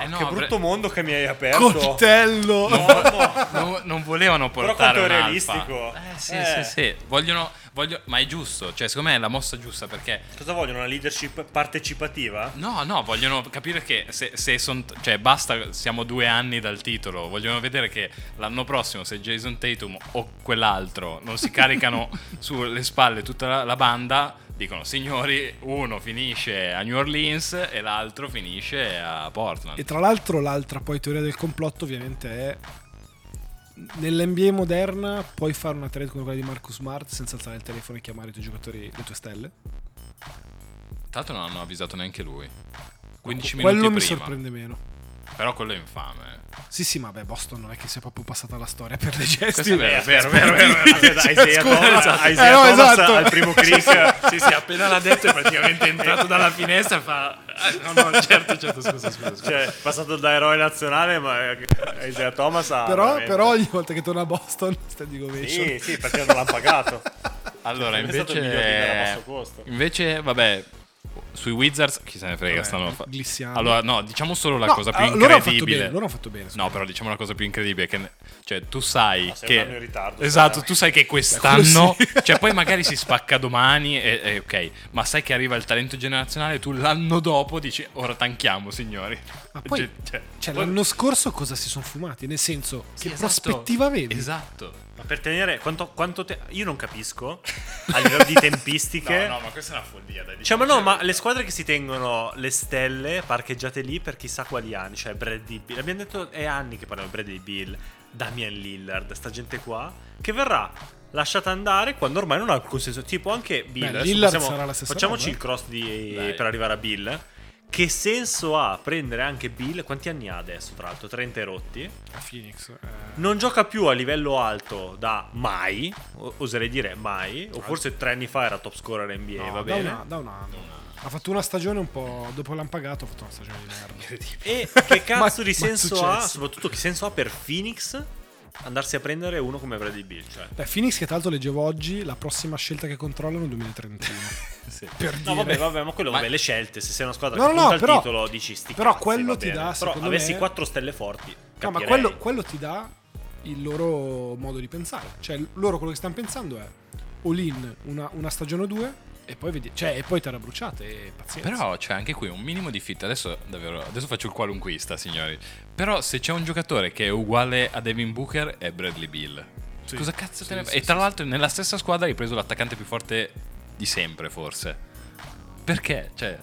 Speaker 1: voglio- eh no,
Speaker 5: che
Speaker 1: pre-
Speaker 5: brutto mondo che mi hai aperto.
Speaker 3: Coltello!
Speaker 1: non, non volevano
Speaker 5: Però
Speaker 1: portare
Speaker 5: quanto è
Speaker 1: un
Speaker 5: realistico.
Speaker 1: alfa. Eh sì,
Speaker 5: Eh.
Speaker 1: sì, sì. Vogliono, voglio- ma è giusto, cioè secondo me è la mossa giusta perché
Speaker 5: Cosa vogliono? Una leadership partecipativa?
Speaker 1: No, no, vogliono capire che se, se son- cioè basta, siamo due anni dal titolo, vogliono vedere che l'anno prossimo se Jason Tatum o quell'altro non si caricano
Speaker 5: (laughs)
Speaker 1: sulle spalle tutta la, la banda, dicono signori, uno finisce a New Orleans e l'altro finisce a Portland.
Speaker 3: E tra l'altro l'altra poi teoria del complotto ovviamente è nell'NBA moderna puoi fare una trade come quella di Marcus Smart senza alzare il telefono e chiamare i tuoi giocatori le tue stelle.
Speaker 1: Tanto non hanno avvisato neanche lui. 15
Speaker 3: Quello
Speaker 1: minuti
Speaker 3: mi
Speaker 1: prima.
Speaker 3: sorprende meno.
Speaker 1: Però quello è infame.
Speaker 3: Sì, sì, ma beh, Boston non è che sia proprio passata la storia per le gesti.
Speaker 1: Questo è vero, Eh, vero, vero, vero, vero.
Speaker 2: Eh, Aspetta, Isaiah Thomas,
Speaker 3: scusate.
Speaker 2: Isaiah
Speaker 3: Eh, no,
Speaker 2: Thomas
Speaker 3: esatto.
Speaker 2: al primo click. sì, sì,
Speaker 1: Appena l'ha detto è praticamente entrato dalla finestra e fa... No, (laughs) no, certo, certo, scusa, scusa. scusa.
Speaker 2: (laughs) Cioè, passato da eroe nazionale, ma eh, Isaiah Thomas ha
Speaker 3: Però,
Speaker 2: veramente-
Speaker 3: però ogni volta che torna a Boston (laughs) sta di govation.
Speaker 2: Sì, sì, perché non l'ha pagato.
Speaker 1: Allora,
Speaker 2: Sarebbe stato il miglior leader a basso costo.
Speaker 1: invece, invece, vabbè, sui Wizards, chi se ne frega, stanno fa-
Speaker 3: glissiamo.
Speaker 1: Allora, no, diciamo solo la
Speaker 3: No,
Speaker 1: cosa più
Speaker 3: ah, loro hanno fatto
Speaker 1: incredibile.
Speaker 3: bene, loro hanno fatto bene, secondo
Speaker 1: No, però diciamo la cosa più incredibile che ne- cioè tu sai
Speaker 2: sei
Speaker 1: che
Speaker 2: un anno in ritardo,
Speaker 1: Esatto,
Speaker 2: scusa.
Speaker 1: tu sai che quest'anno,
Speaker 3: Beh, quello sì.
Speaker 1: (laughs) cioè poi magari si spacca domani e, e ok, ma sai che arriva il talento generazionale tu l'anno dopo dici "Ora tanchiamo, signori".
Speaker 3: Ma poi,
Speaker 1: Cioè,
Speaker 3: cioè,
Speaker 1: poi-
Speaker 3: l'anno scorso cosa si sono fumati? Nel senso,
Speaker 1: sì,
Speaker 3: che
Speaker 1: esatto,
Speaker 3: prospettiva vedi?
Speaker 1: Esatto.
Speaker 2: Ma per tenere quanto, quanto te- io non capisco a
Speaker 3: (laughs)
Speaker 2: livello di tempistiche.
Speaker 1: No, no, ma questa è una follia, dai. diciamo,
Speaker 2: Cioè, ma no, ma le squadre che si tengono le stelle parcheggiate lì per chissà quali anni, cioè Bradley Bill, abbiamo detto è anni che parliamo di Bradley Bill, Damian Lillard, sta gente qua, che verrà lasciata andare quando ormai non ha alcun senso. Tipo anche Bill,
Speaker 3: Beh,
Speaker 2: adesso
Speaker 3: Lillard sarà la stessa roba,
Speaker 2: Facciamoci
Speaker 3: eh.
Speaker 2: il cross di-
Speaker 1: Dai.
Speaker 2: per arrivare a Bill. Che senso ha prendere anche Bill? Quanti anni ha adesso, tra l'altro? 30 e rotti.
Speaker 3: A Phoenix. eh,
Speaker 2: Non gioca più a livello alto da mai, o- oserei dire mai, o forse tre anni fa era top scorer NBA,
Speaker 3: no,
Speaker 2: Eh, va
Speaker 3: da,
Speaker 2: bene.
Speaker 3: una- da un anno. Ha fatto una stagione un po'. Dopo l'hanno pagato, ha fatto una stagione di merda. (laughs)
Speaker 2: E che cazzo
Speaker 3: Ma-
Speaker 2: di
Speaker 3: ma
Speaker 2: senso
Speaker 3: successo.
Speaker 2: ha, soprattutto che senso ha per Phoenix andarsi a prendere uno come Bradley Bill? Cioè.
Speaker 3: Beh, Phoenix, che tra l'altro leggevo oggi, la prossima scelta che controllano è il 2031.
Speaker 2: (laughs)
Speaker 3: Per
Speaker 2: No,
Speaker 3: dire.
Speaker 2: vabbè, vabbè, ma quello,
Speaker 1: Ma-
Speaker 2: vabbè, le scelte, se sei una squadra
Speaker 3: No,
Speaker 2: che
Speaker 3: no,
Speaker 2: punta
Speaker 3: no,
Speaker 2: al
Speaker 3: però-
Speaker 2: titolo dici sti
Speaker 3: però
Speaker 2: cazzi,
Speaker 3: quello
Speaker 2: va
Speaker 3: ti
Speaker 2: bene.
Speaker 3: dà,
Speaker 2: Però
Speaker 3: secondo
Speaker 2: avessi
Speaker 3: me-
Speaker 2: quattro stelle forti,
Speaker 3: No, ma
Speaker 2: capirei.
Speaker 3: quello, quello ti dà il loro modo di pensare. Cioè, loro quello che stanno pensando è all in una, una stagione o due, e poi vedi. Cioè, e poi te la bruciate. E pazienza.
Speaker 1: Però c'è anche qui un minimo di fit. Adesso davvero, adesso faccio il qualunquista, signori. Però se c'è un giocatore che è uguale a Devin Booker è Bradley Bill.
Speaker 3: Sì.
Speaker 1: Cosa cazzo te ne
Speaker 3: Sì,
Speaker 1: E tra l'altro nella stessa squadra hai preso l'attaccante più forte di sempre, forse. Perché? Cioè,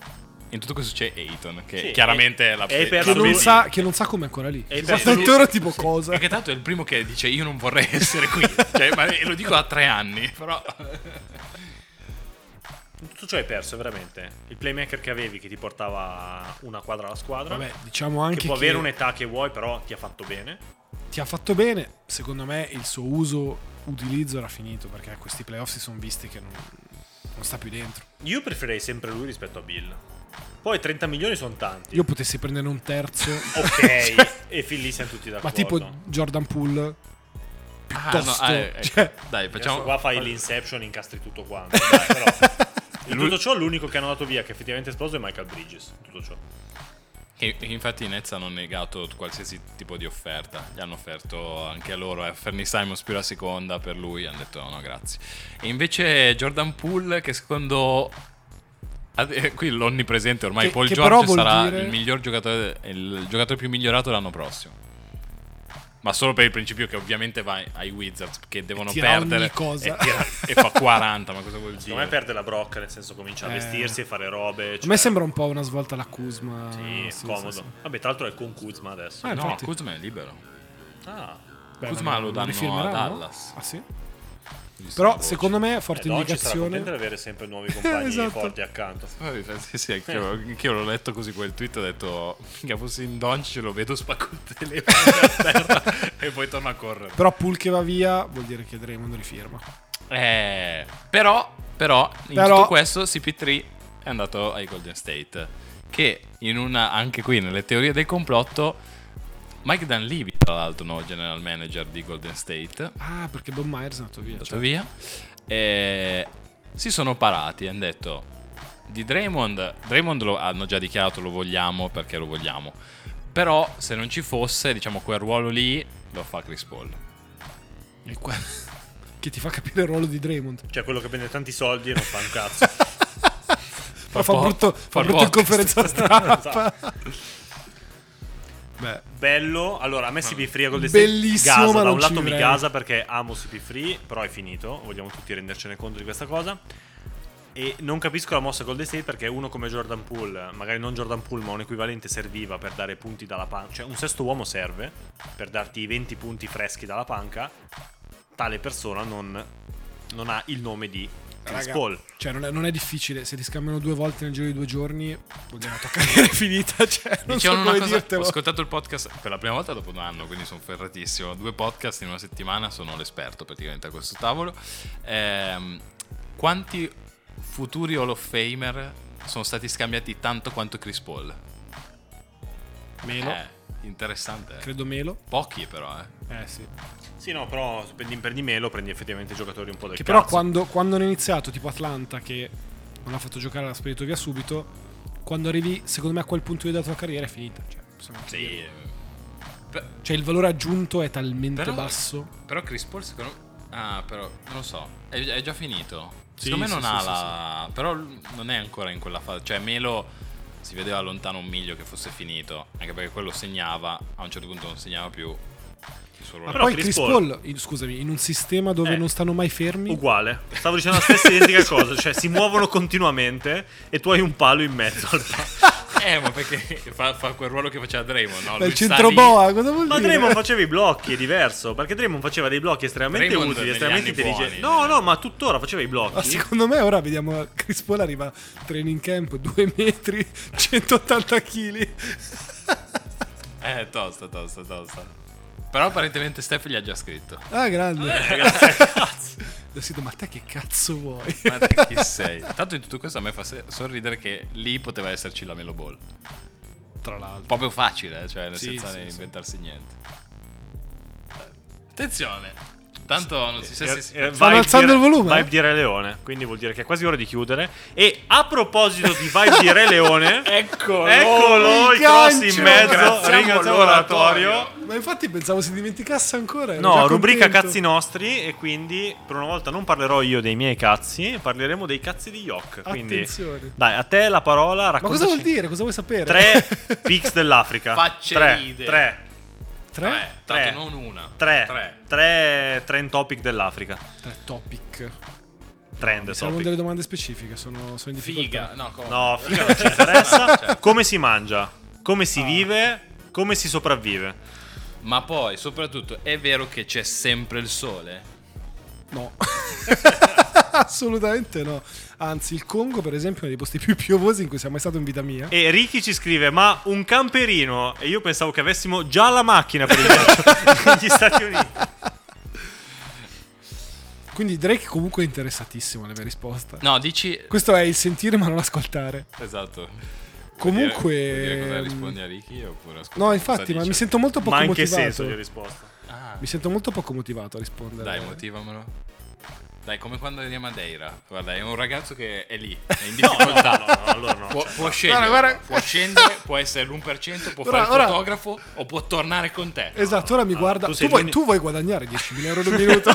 Speaker 1: in tutto questo c'è Ayton, che
Speaker 2: Sì,
Speaker 1: chiaramente è la
Speaker 2: e per
Speaker 1: la
Speaker 3: che non,
Speaker 1: Bradley
Speaker 3: sa,
Speaker 1: Beal.
Speaker 3: che non sa come è ancora lì.
Speaker 2: E
Speaker 3: Sta
Speaker 2: eh, beh, lui-
Speaker 3: ora tipo cosa?
Speaker 1: Perché tanto è il primo che dice io non vorrei (laughs) essere qui. cioè, ma lo dico da tre anni, però...
Speaker 2: Tutto ciò hai perso, veramente. Il playmaker che avevi che ti portava una quadra alla squadra.
Speaker 3: Vabbè, diciamo
Speaker 2: che
Speaker 3: anche
Speaker 2: può avere un'età che vuoi, però ti ha fatto bene.
Speaker 3: ti ha fatto bene. Secondo me il suo uso, utilizzo era finito perché questi playoff si sono visti che non, non sta più dentro.
Speaker 2: Io preferirei sempre lui rispetto a Bill. Poi 30 milioni sono tanti.
Speaker 3: Io potessi prendere un terzo, (laughs)
Speaker 2: Ok, e fin lì siamo tutti d'accordo.
Speaker 3: ma tipo Jordan Poole. Piuttosto,
Speaker 1: Ah, no, eh, ecco.
Speaker 3: cioè,
Speaker 1: Dai,
Speaker 2: Adesso
Speaker 1: facciamo...
Speaker 2: qua fai l'Inception, incastri tutto
Speaker 3: (laughs)
Speaker 2: quanto. Dai, però. In tutto ciò, l'unico che hanno dato via che effettivamente è esploso è Michael Bridges. In tutto ciò.
Speaker 1: Che infatti i Nets hanno negato qualsiasi tipo di offerta. Gli hanno offerto anche a loro, eh, Fernie Simons più la seconda per lui. Hanno detto no, no, grazie. E invece Jordan Poole, che secondo. ah, eh, Qui l'onnipresente ormai
Speaker 3: Che-
Speaker 1: Paul
Speaker 3: che però
Speaker 1: George
Speaker 3: vuol
Speaker 1: sarà
Speaker 3: dire-
Speaker 1: il miglior giocatore, il giocatore più migliorato l'anno prossimo. Ma solo per il principio che ovviamente va ai Wizards che devono
Speaker 3: tira ogni
Speaker 1: perdere
Speaker 3: cosa.
Speaker 1: E, tira- e fa 40, ma cosa vuol dire?
Speaker 2: Secondo me perde la brocca, nel senso comincia a
Speaker 3: Eh.
Speaker 2: vestirsi e fare robe.
Speaker 3: a
Speaker 2: cioè-
Speaker 3: me sembra un po' una svolta alla Kuzma.
Speaker 2: Sì,
Speaker 3: sì,
Speaker 2: comodo.
Speaker 3: sì, sì.
Speaker 2: Vabbè, tra l'altro è con Kuzma adesso.
Speaker 3: Ah,
Speaker 1: Eh, No,
Speaker 3: infatti.
Speaker 1: Kuzma è libero.
Speaker 2: Ah.
Speaker 3: Beh,
Speaker 1: Kuzma
Speaker 3: ma
Speaker 1: lo
Speaker 3: non
Speaker 1: danno
Speaker 3: rifirmerà,
Speaker 1: a
Speaker 3: no?
Speaker 1: Dallas.
Speaker 3: Ah, sì?
Speaker 1: Quindi
Speaker 3: Però
Speaker 1: sono
Speaker 3: secondo me forte
Speaker 2: Eh, Doncic sarà
Speaker 3: indicazione.
Speaker 2: contento di avere sempre nuovi
Speaker 3: (laughs)
Speaker 2: compagni
Speaker 3: Esatto.
Speaker 2: forti accanto.
Speaker 1: Poi, eh, Sì, sì, anch'io, anch'io l'ho letto così quel tweet, ho detto che fossi in Doncic lo vedo spacco il telefono a terra (laughs) e poi torno a correre.
Speaker 3: Però Poole che va via vuol dire che Draymond rifirma.
Speaker 1: Eh, però, però, in
Speaker 3: Però-
Speaker 1: tutto questo CP3 è andato ai Golden State. Che in una, anche qui nelle teorie del complotto, Mike Dunleavy, tra l'altro, no, general manager di Golden State,
Speaker 3: Ah, perché Bob Myers è andato via.
Speaker 1: andato
Speaker 3: cioè.
Speaker 1: via. E si sono parati e hanno detto di Draymond. Draymond lo hanno già dichiarato lo vogliamo perché lo vogliamo. Però se non ci fosse, diciamo, quel ruolo lì lo fa Chris Paul.
Speaker 3: Il qua- (laughs) che ti fa capire il ruolo di Draymond.
Speaker 2: Cioè, quello che prende tanti soldi e non fa un cazzo.
Speaker 3: Ma fa
Speaker 1: po-
Speaker 3: brutto,
Speaker 1: fa
Speaker 3: fa
Speaker 1: Esatto.
Speaker 3: brutto in
Speaker 1: podcast. (laughs)
Speaker 3: conferenza stampa. Beh,
Speaker 2: Bello, allora a me CP3 Golden State
Speaker 3: Bellissimo,
Speaker 2: gasa,
Speaker 3: ma
Speaker 2: da
Speaker 3: non
Speaker 2: un
Speaker 3: ci
Speaker 2: lato mi
Speaker 3: vivrei.
Speaker 2: gasa perché amo CP3, però è finito, vogliamo tutti rendercene conto di questa cosa. E non capisco la mossa Golden State perché uno come Jordan Poole, magari non Jordan Poole, ma un equivalente serviva per dare punti dalla panca, cioè un sesto uomo serve per darti i 20 punti freschi dalla panca. Tale persona non, non ha il nome di Chris
Speaker 3: raga,
Speaker 2: Paul.
Speaker 3: Cioè, non è, non è difficile. Se ti scambiano due volte nel giro di due giorni, vuol dire la tua
Speaker 1: (laughs)
Speaker 3: carriera è finita. Cioè, non so
Speaker 1: Dicevano una
Speaker 3: come
Speaker 1: cosa, ho
Speaker 3: dirtelo.
Speaker 1: ascoltato il podcast per la prima volta dopo un anno, quindi sono ferratissimo. Due podcast in una settimana, sono l'esperto praticamente a questo tavolo. Ehm, quanti futuri Hall of Famer sono stati scambiati tanto quanto Chris Paul?
Speaker 3: Melo.
Speaker 1: Eh, interessante. eh.
Speaker 3: Credo Melo.
Speaker 1: Pochi però, eh.
Speaker 3: Eh sì.
Speaker 2: Sì, no, però se prendi, prendi Melo, prendi effettivamente giocatori un po' del
Speaker 3: Che però
Speaker 2: cazzo.
Speaker 3: quando, quando hanno iniziato, tipo Atlanta, che non ha fatto giocare, l'ha spedito via subito. Quando arrivi, secondo me, a quel punto lì della tua carriera è finita. Cioè, possiamo anche dirlo. Cioè, il valore aggiunto è talmente
Speaker 1: Però-
Speaker 3: basso.
Speaker 1: Però Chris Paul secondo me... Ah, però non lo so, è, è già finito.
Speaker 3: Sì,
Speaker 1: secondo me
Speaker 3: sì,
Speaker 1: non
Speaker 3: sì,
Speaker 1: ha
Speaker 3: sì,
Speaker 1: la... Però l- non è ancora in quella fase. Cioè Melo si vedeva lontano un miglio che fosse finito, anche perché quello segnava, a un certo punto non segnava più il suo
Speaker 3: Ma (laughs)
Speaker 1: ruolo.
Speaker 2: però
Speaker 3: poi
Speaker 2: Chris
Speaker 3: Chris Paul,
Speaker 2: Paul-
Speaker 3: in- scusami, in un sistema dove
Speaker 2: Eh.
Speaker 3: non stanno mai fermi,
Speaker 2: Uguale, stavo dicendo la stessa
Speaker 3: (laughs)
Speaker 2: identica cosa, cioè si muovono continuamente e tu hai un palo in mezzo. al palo.
Speaker 1: eh, ma perché fa, fa quel ruolo che faceva Draymond, no?
Speaker 3: Beh,
Speaker 1: Lui
Speaker 3: il
Speaker 1: sta
Speaker 3: centro
Speaker 1: lì.
Speaker 3: boa, cosa vuol
Speaker 2: Ma
Speaker 3: dire?
Speaker 2: Draymond faceva i blocchi, è diverso, perché Draymond faceva dei blocchi estremamente
Speaker 1: Draymond
Speaker 2: utili,
Speaker 1: negli
Speaker 2: estremamente
Speaker 1: anni
Speaker 2: intelligenti.
Speaker 1: buoni.
Speaker 2: No, no, ma tuttora faceva i
Speaker 3: Ma
Speaker 2: blocchi. Eh,
Speaker 3: secondo me ora vediamo Chris Paul arriva training camp 2 metri (laughs) 180 kg
Speaker 1: Eh, tosta, tosta, tosta. Però apparentemente Steph gli ha già scritto.
Speaker 3: (laughs) ah grande
Speaker 2: Eh, Ragazzi,
Speaker 3: (laughs) Ho detto, ma te che cazzo vuoi
Speaker 2: (laughs)
Speaker 1: Ma te
Speaker 3: (laughs)
Speaker 1: chi sei? Tanto in tutto questo a me fa se- sorridere che lì poteva esserci la Melo Ball.
Speaker 3: tra l'altro
Speaker 1: proprio facile, cioè
Speaker 3: Sì,
Speaker 1: senza
Speaker 3: sì, sì.
Speaker 1: inventarsi niente. Attenzione, tanto non si sa se si
Speaker 2: eh, eh,
Speaker 3: Stanno
Speaker 2: vibe
Speaker 3: alzando
Speaker 2: di Re-
Speaker 3: il volume, eh?
Speaker 2: Vibe di Re Leone, quindi vuol dire che è quasi ora di chiudere. E a proposito di vibe di Re Leone,
Speaker 1: (laughs) Eccolo!
Speaker 2: eccolo
Speaker 3: il
Speaker 2: il cross in
Speaker 3: gancio!
Speaker 2: mezzo,
Speaker 1: Ringraziamo
Speaker 2: ringraziamo
Speaker 1: l'oratorio.
Speaker 2: l'oratorio.
Speaker 3: ma infatti pensavo si dimenticasse ancora ero già
Speaker 2: No, rubrica
Speaker 3: contento.
Speaker 2: cazzi nostri e quindi per una volta non parlerò io dei miei cazzi, parleremo dei cazzi di Yok. Quindi
Speaker 3: Attenzione.
Speaker 2: dai, a te la parola,
Speaker 3: ma cosa
Speaker 2: raccontaci
Speaker 3: vuol dire cosa vuoi sapere (laughs)
Speaker 2: Tre picks dell'Africa.
Speaker 1: Facce
Speaker 2: tre,
Speaker 1: ride.
Speaker 2: tre,
Speaker 3: tre
Speaker 1: Tre, tanto
Speaker 2: Tre.
Speaker 1: non una.
Speaker 2: tre,
Speaker 1: Tre.
Speaker 2: tre, trend topic dell'Africa.
Speaker 3: Tre topic
Speaker 2: Trend
Speaker 3: sono
Speaker 2: topic.
Speaker 3: delle domande specifiche sono, sono in difficoltà
Speaker 1: Figa. No, come?
Speaker 2: No, figa non
Speaker 1: (laughs)
Speaker 2: ci
Speaker 1: Ah,
Speaker 2: interessa.
Speaker 1: certo.
Speaker 2: Come si mangia? Come si vive? Come si sopravvive?
Speaker 1: Ma poi, soprattutto, è vero che c'è sempre il sole?
Speaker 3: no (laughs) assolutamente no anzi il Congo per esempio è uno dei posti più piovosi in cui sia mai stato in vita mia
Speaker 2: E Ricky ci scrive: Ma un camperino? E io pensavo che avessimo già la macchina
Speaker 3: (laughs)
Speaker 2: per il viaggio negli Stati Uniti.
Speaker 3: quindi Drake comunque è interessatissimo alla mia risposta
Speaker 1: No, dici...
Speaker 3: Questo è il sentire ma non ascoltare.
Speaker 1: Esatto.
Speaker 3: Comunque.
Speaker 1: Vuol dire cosa
Speaker 3: ehm,
Speaker 1: rispondi a Ricky oppure ascolta
Speaker 3: No,
Speaker 1: cosa
Speaker 3: infatti, ma
Speaker 1: dice?
Speaker 3: mi sento molto poco
Speaker 2: Ma in che
Speaker 3: motivato.
Speaker 2: senso gli ho risposto?
Speaker 1: Ah.
Speaker 3: Mi sento molto poco motivato a rispondere.
Speaker 1: Dai, motivamelo. Dai, come quando eri a Madeira. Guarda, è un ragazzo che è lì, è in difficoltà.
Speaker 2: (laughs) No, no, no, allora no.
Speaker 1: Può,
Speaker 2: cioè,
Speaker 1: può scegliere,
Speaker 3: Guarda, guarda.
Speaker 1: può scendere, può essere l'1%, può
Speaker 3: Ora,
Speaker 1: fare il
Speaker 3: ora.
Speaker 1: fotografo o può tornare con te.
Speaker 3: Esatto, ora mi
Speaker 1: Ah,
Speaker 3: guarda.
Speaker 2: tu
Speaker 3: Tu,
Speaker 2: sei
Speaker 3: vuoi,
Speaker 2: l'unico-
Speaker 3: tu vuoi guadagnare 10.000 euro al minuto?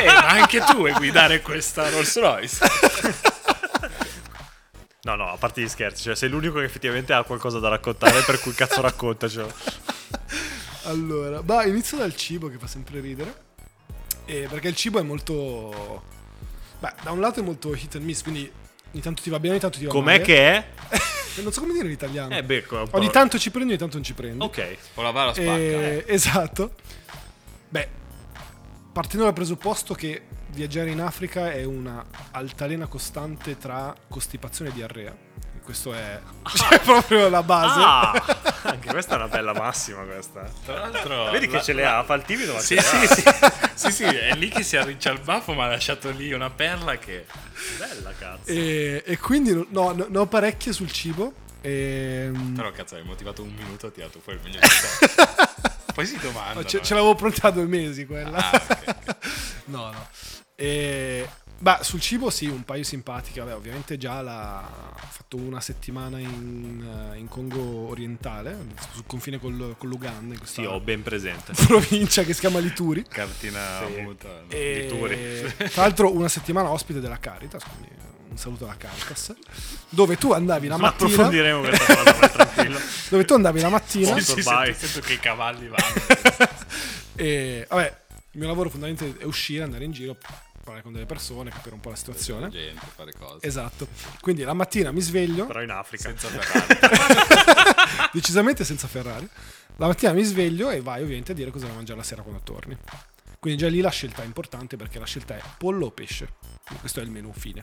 Speaker 1: Eh, ma anche tu vuoi guidare questa Rolls Royce.
Speaker 2: No, no, a parte gli scherzi, cioè sei l'unico che effettivamente ha qualcosa da raccontare, per cui cazzo cioè, raccontacelo.
Speaker 3: allora, bah, inizio dal cibo che fa sempre ridere. Eh, perché il cibo è molto. Beh, da un lato è molto hit and miss, quindi ogni tanto ti va bene, ogni tanto ti va
Speaker 2: Com'è
Speaker 3: male.
Speaker 2: che è?
Speaker 3: Non so come dire in italiano.
Speaker 2: Eh, beh, un po'...
Speaker 3: ogni tanto ci prendo, ogni tanto non ci prendo.
Speaker 2: Ok.
Speaker 1: O la va la spacca.
Speaker 3: Eh, Esatto. Beh, partendo dal presupposto che viaggiare in Africa è una altalena costante tra costipazione e diarrea. Questo è (laughs) cioè, proprio la base.
Speaker 2: Ah, anche questa è una bella massima questa.
Speaker 1: Tra l'altro,
Speaker 2: Vedi che
Speaker 1: la-
Speaker 2: ce le ha, fa il timido ma
Speaker 1: Sì,
Speaker 2: ce le
Speaker 1: sì,
Speaker 2: ha.
Speaker 1: sì, sì, sì, è lì che si arriccia il baffo, ma ha lasciato lì una perla che...
Speaker 2: (laughs) Bella cazzo.
Speaker 3: E, e quindi no, no, ne ho parecchie sul cibo. Ehm, (laughs)
Speaker 1: Però cazzo, hai motivato un minuto, ha tirato fuori il meglio di (laughs) sé. Poi si domanda.
Speaker 3: ce, ce l'avevo pronta due mesi quella.
Speaker 1: eh. Ah, ok,
Speaker 3: (laughs) no, no. E, bah, sul cibo sì, un paio simpatiche. Vabbè, ovviamente già la, ho fatto una settimana in, eh, in Congo orientale, sul confine col, con l'Uganda, in questa
Speaker 2: Sì, ho ben presente.
Speaker 3: (laughs) provincia che si chiama Lituri.
Speaker 1: Cartina muta. Eh, no?
Speaker 3: E-
Speaker 2: Lituri.
Speaker 3: Tra l'altro, una settimana ospite della Caritas, quindi un saluto alla Caritas, dove tu andavi la
Speaker 2: Ma
Speaker 3: mattina.
Speaker 2: approfondiremo questa cosa, vai tranquillo.
Speaker 3: (laughs) Dove tu andavi la mattina.
Speaker 1: Sì,
Speaker 2: Sì, sì,
Speaker 1: sento,
Speaker 2: vai.
Speaker 1: sento che i cavalli vanno.
Speaker 3: E vabbè, il mio lavoro fondamentalmente è uscire, andare in giro, parlare con delle persone, capire un po' la situazione.
Speaker 1: gente, fare cose.
Speaker 3: Esatto. Quindi la mattina mi sveglio,
Speaker 2: Però in Africa.
Speaker 1: Senza Ferrari.
Speaker 3: (laughs) decisamente senza Ferrari. La mattina mi sveglio e vai ovviamente a dire cosa vai a mangiare la sera quando torni. Quindi già lì la scelta è importante perché la scelta è pollo o pesce. Questo è il menù fine.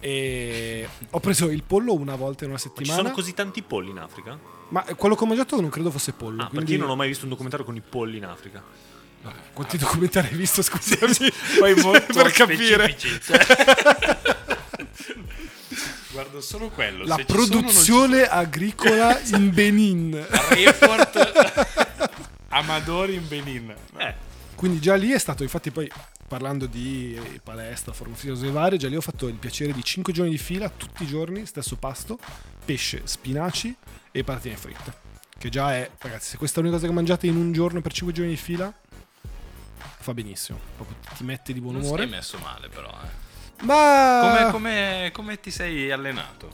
Speaker 3: E ho preso il pollo una volta in una
Speaker 2: Ma ci
Speaker 3: settimana.
Speaker 2: sono così tanti polli in Africa? Ah,
Speaker 3: Ma quello che ho mangiato non credo fosse pollo.
Speaker 2: perché
Speaker 3: quindi...
Speaker 2: io non ho Ah. mai visto un documentario con i polli in Africa.
Speaker 3: Quanti documentari hai visto?
Speaker 2: (laughs)
Speaker 3: Scusami.
Speaker 1: Poi molto
Speaker 3: per capire.
Speaker 1: specifici, cioè. (laughs) Guardo solo quello.
Speaker 3: La
Speaker 1: se ci sono, Esatto. non ci
Speaker 3: produzione agricola in Benin.
Speaker 1: Report (laughs) Amadori in Benin.
Speaker 2: Eh,
Speaker 3: Quindi già lì è stato, infatti poi parlando di eh, palestra, forma fisica cose varie, già lì ho fatto il piacere di 5 giorni di fila, tutti i giorni, stesso pasto, pesce, spinaci e patatine fritte. Che già è, ragazzi, se questa è l'unica cosa che mangiate in un giorno per 5 giorni di fila, fa benissimo. Proprio ti mette di buon
Speaker 1: Non sei
Speaker 3: umore.
Speaker 1: messo male, però. eh.
Speaker 3: Ma...
Speaker 1: Come, come- come ti sei allenato?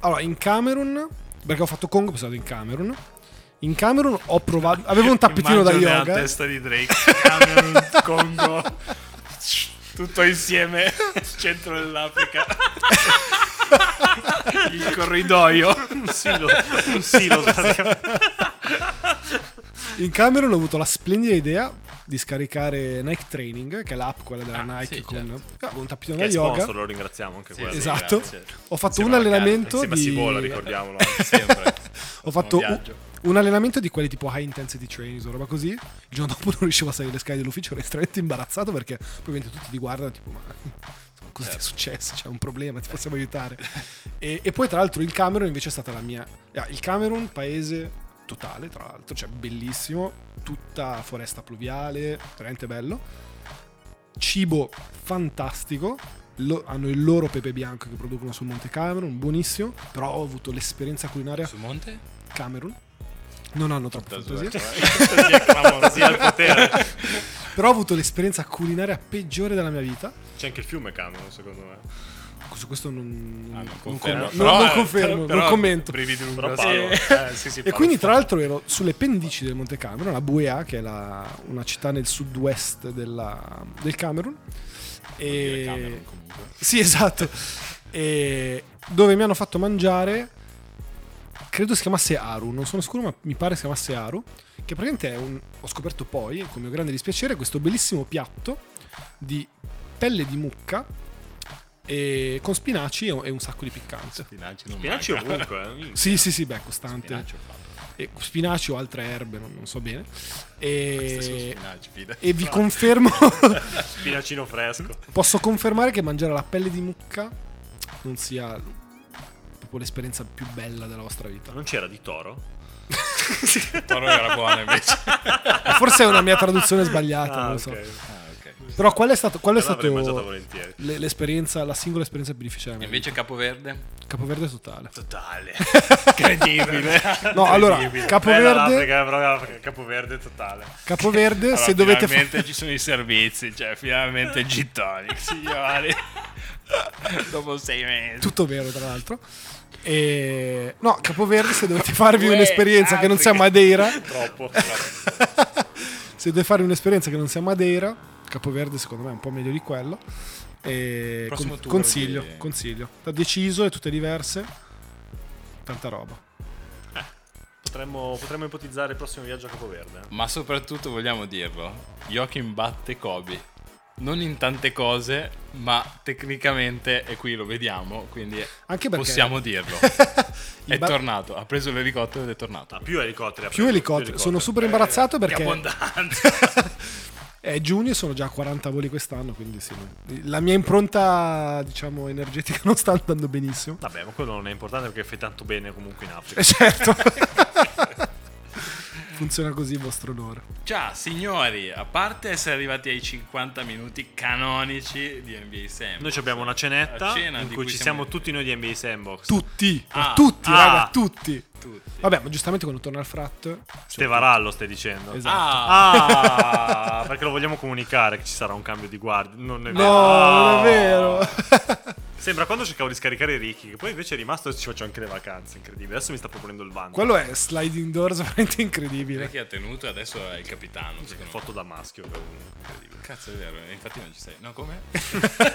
Speaker 3: Allora, in Camerun, perché ho fatto Congo, poi sono andato in Camerun. In Camerun ho provato. Avevo un tappetino da
Speaker 2: Immagino nella
Speaker 3: yoga.
Speaker 2: testa di Drake, (laughs) Camerun, Congo, tutto (laughs) insieme, centro dell'Africa. Il corridoio, un silo, un silo praticamente.
Speaker 3: In Camerun ho avuto la splendida idea di scaricare Nike Training, che è l'app, quella della
Speaker 1: Ah,
Speaker 3: Nike,
Speaker 1: sì,
Speaker 3: con avevo un tappetino
Speaker 2: Che
Speaker 3: da
Speaker 2: è
Speaker 3: yoga.
Speaker 2: sponsor, lo ringraziamo anche quello.
Speaker 3: esatto.
Speaker 1: grazie.
Speaker 3: ho fatto
Speaker 1: Insieme
Speaker 3: un
Speaker 1: alla
Speaker 3: allenamento.
Speaker 2: Insieme a
Speaker 3: di...
Speaker 2: Sibola, (laughs) ricordiamolo.
Speaker 1: Sempre.
Speaker 3: Ho fatto un,
Speaker 1: viaggio.
Speaker 3: un allenamento di quelli tipo high intensity training, una roba così. Il giorno dopo (laughs) non riuscivo a salire le scale dell'ufficio, ero estremamente imbarazzato perché probabilmente tutti ti guardano tipo ma insomma, cosa ti è successo? C'è un problema, ti possiamo aiutare. E, e poi tra l'altro il Camerun invece è stata la mia... ah, Il Camerun, paese totale tra l'altro, cioè bellissimo, tutta foresta pluviale, veramente bello. Cibo fantastico. lo- hanno il loro pepe bianco che producono sul Monte Camerun, buonissimo, però ho avuto l'esperienza culinaria
Speaker 1: Su monte?
Speaker 3: Camerun. Non hanno troppa fantasia.
Speaker 2: Fantasia al potere.
Speaker 3: Però ho avuto l'esperienza culinaria peggiore della mia vita.
Speaker 2: C'è anche il fiume Camerun, secondo me.
Speaker 3: Su questo non,
Speaker 1: Ah, non
Speaker 3: non
Speaker 1: confermo.
Speaker 3: com-
Speaker 1: Però-
Speaker 3: non- non
Speaker 1: eh,
Speaker 3: confermo,
Speaker 1: però-
Speaker 3: non
Speaker 1: però-
Speaker 3: commento.
Speaker 1: Brividi lungo
Speaker 2: Però
Speaker 1: la
Speaker 2: Paolo,
Speaker 1: schiena.
Speaker 2: eh, sì, sì,
Speaker 3: E
Speaker 2: Paolo
Speaker 3: quindi,
Speaker 2: fa-
Speaker 3: tra l'altro, ero sulle pendici del Monte Camerun, la Buea, che è la- una città nel sud-west della- del Camerun.
Speaker 1: Dire
Speaker 3: E...
Speaker 1: Camerun, comunque.
Speaker 3: Sì, esatto. E dove mi hanno fatto mangiare, credo si chiamasse Aru, non sono sicuro, ma mi pare si chiamasse Aru, che praticamente è un, ho scoperto poi, con mio grande dispiacere, questo bellissimo piatto di pelle di mucca e- con spinaci e e un sacco di piccante.
Speaker 1: Spinaci non
Speaker 2: Spinaci
Speaker 1: manca.
Speaker 2: ovunque, eh.
Speaker 3: Sì, sì, sì, beh, costante.
Speaker 1: Spinaci ho fatto.
Speaker 3: E spinaci o altre erbe, non, non so bene.
Speaker 1: Stesso
Speaker 3: E,
Speaker 1: spinaci, fida.
Speaker 3: Eh, e vi
Speaker 1: (laughs)
Speaker 3: confermo,
Speaker 2: Spinacino fresco.
Speaker 3: posso confermare che mangiare la pelle di mucca non sia proprio l'esperienza più bella della vostra vita.
Speaker 2: Non c'era di toro?
Speaker 1: Toro era buono invece.
Speaker 3: Forse è una mia traduzione sbagliata, non lo so.
Speaker 1: Ah, ok.
Speaker 3: Però qual è stato, qual è
Speaker 2: Allora avrei mangiato
Speaker 3: stato
Speaker 2: volentieri.
Speaker 3: le- l'esperienza, la singola esperienza più difficile?
Speaker 1: E
Speaker 3: della mia
Speaker 1: Invece Capoverde?
Speaker 3: vita? Capoverde totale.
Speaker 2: Totale.
Speaker 3: (laughs)
Speaker 2: Incredibile. Eh,
Speaker 3: No, allora, Capoverde-
Speaker 2: Bella l'Africa, però l'Africa, Capoverde totale.
Speaker 3: Capoverde,
Speaker 1: Allora,
Speaker 3: se dovete fa-
Speaker 1: finalmente ci sono i servizi, cioè finalmente il G-Tonic, signori.
Speaker 3: (laughs)
Speaker 1: Dopo sei mesi.
Speaker 3: tutto vero tra l'altro. E... No, Capoverde, se dovete farvi un'esperienza che non sia Madeira,
Speaker 2: Troppo.
Speaker 3: Eh. se dovete farvi un'esperienza che non sia Madeira, Capoverde secondo me è un po' meglio di quello. E
Speaker 1: Prossimo
Speaker 3: con-
Speaker 1: tour
Speaker 3: consiglio,
Speaker 1: di-
Speaker 3: consiglio. Da deciso e tutte diverse. Tanta roba.
Speaker 2: potremmo, potremmo ipotizzare il prossimo viaggio a Capoverde.
Speaker 1: Ma soprattutto vogliamo dirlo, Joachim batte Kobe. non in tante cose, ma tecnicamente, e qui lo vediamo, quindi
Speaker 3: Anche perché- (laughs)
Speaker 1: possiamo dirlo.
Speaker 3: Il
Speaker 1: è
Speaker 3: ba-
Speaker 1: tornato, ha preso l'elicottero ed è tornato.
Speaker 2: Ah, più elicotteri. ha
Speaker 3: Più
Speaker 2: preso,
Speaker 3: elicotteri. Sono super imbarazzato
Speaker 1: Che
Speaker 3: perché
Speaker 1: Eh, abbondanza.
Speaker 3: (laughs) è giugno e sono già 40 voli quest'anno, quindi sì, no. la mia impronta, diciamo, energetica non sta andando benissimo.
Speaker 2: Eh, Vabbè, ma quello non è importante perché fai tanto bene comunque in Africa.
Speaker 3: Eh,
Speaker 1: (laughs)
Speaker 3: certo. Funziona così il vostro onore.
Speaker 1: Già, signori, a parte essere arrivati ai 50 minuti canonici di NBA Sam.
Speaker 2: Noi ci abbiamo una cenetta
Speaker 1: La cena
Speaker 2: in
Speaker 1: di
Speaker 2: cui
Speaker 1: cui
Speaker 2: ci
Speaker 1: siamo-
Speaker 2: siamo tutti noi di NBA Sandbox.
Speaker 3: Tutti,
Speaker 1: Ah,
Speaker 3: tutti,
Speaker 2: ah.
Speaker 3: raga, tutti.
Speaker 1: tutti.
Speaker 3: Vabbè, ma giustamente quando torna al frat...
Speaker 2: Stevarallo stai dicendo.
Speaker 3: Esatto.
Speaker 1: Ah,
Speaker 2: Ah, perché lo vogliamo comunicare che ci sarà un cambio di guardia. Non è
Speaker 3: Eh, No,
Speaker 2: vero.
Speaker 3: non è vero.
Speaker 2: Sembra quando cercavo di scaricare Ricky, che poi invece è rimasto e ci faccio anche le vacanze, incredibile. Adesso mi sta proponendo il vanto.
Speaker 3: (laughs) Quello è sliding doors veramente incredibile.
Speaker 1: chi ha tenuto adesso è il capitano, secondo me.
Speaker 2: Foto da maschio, comunque, incredibile.
Speaker 1: Cazzo, è vero, infatti non ci sei. No,
Speaker 2: (laughs)
Speaker 1: come? È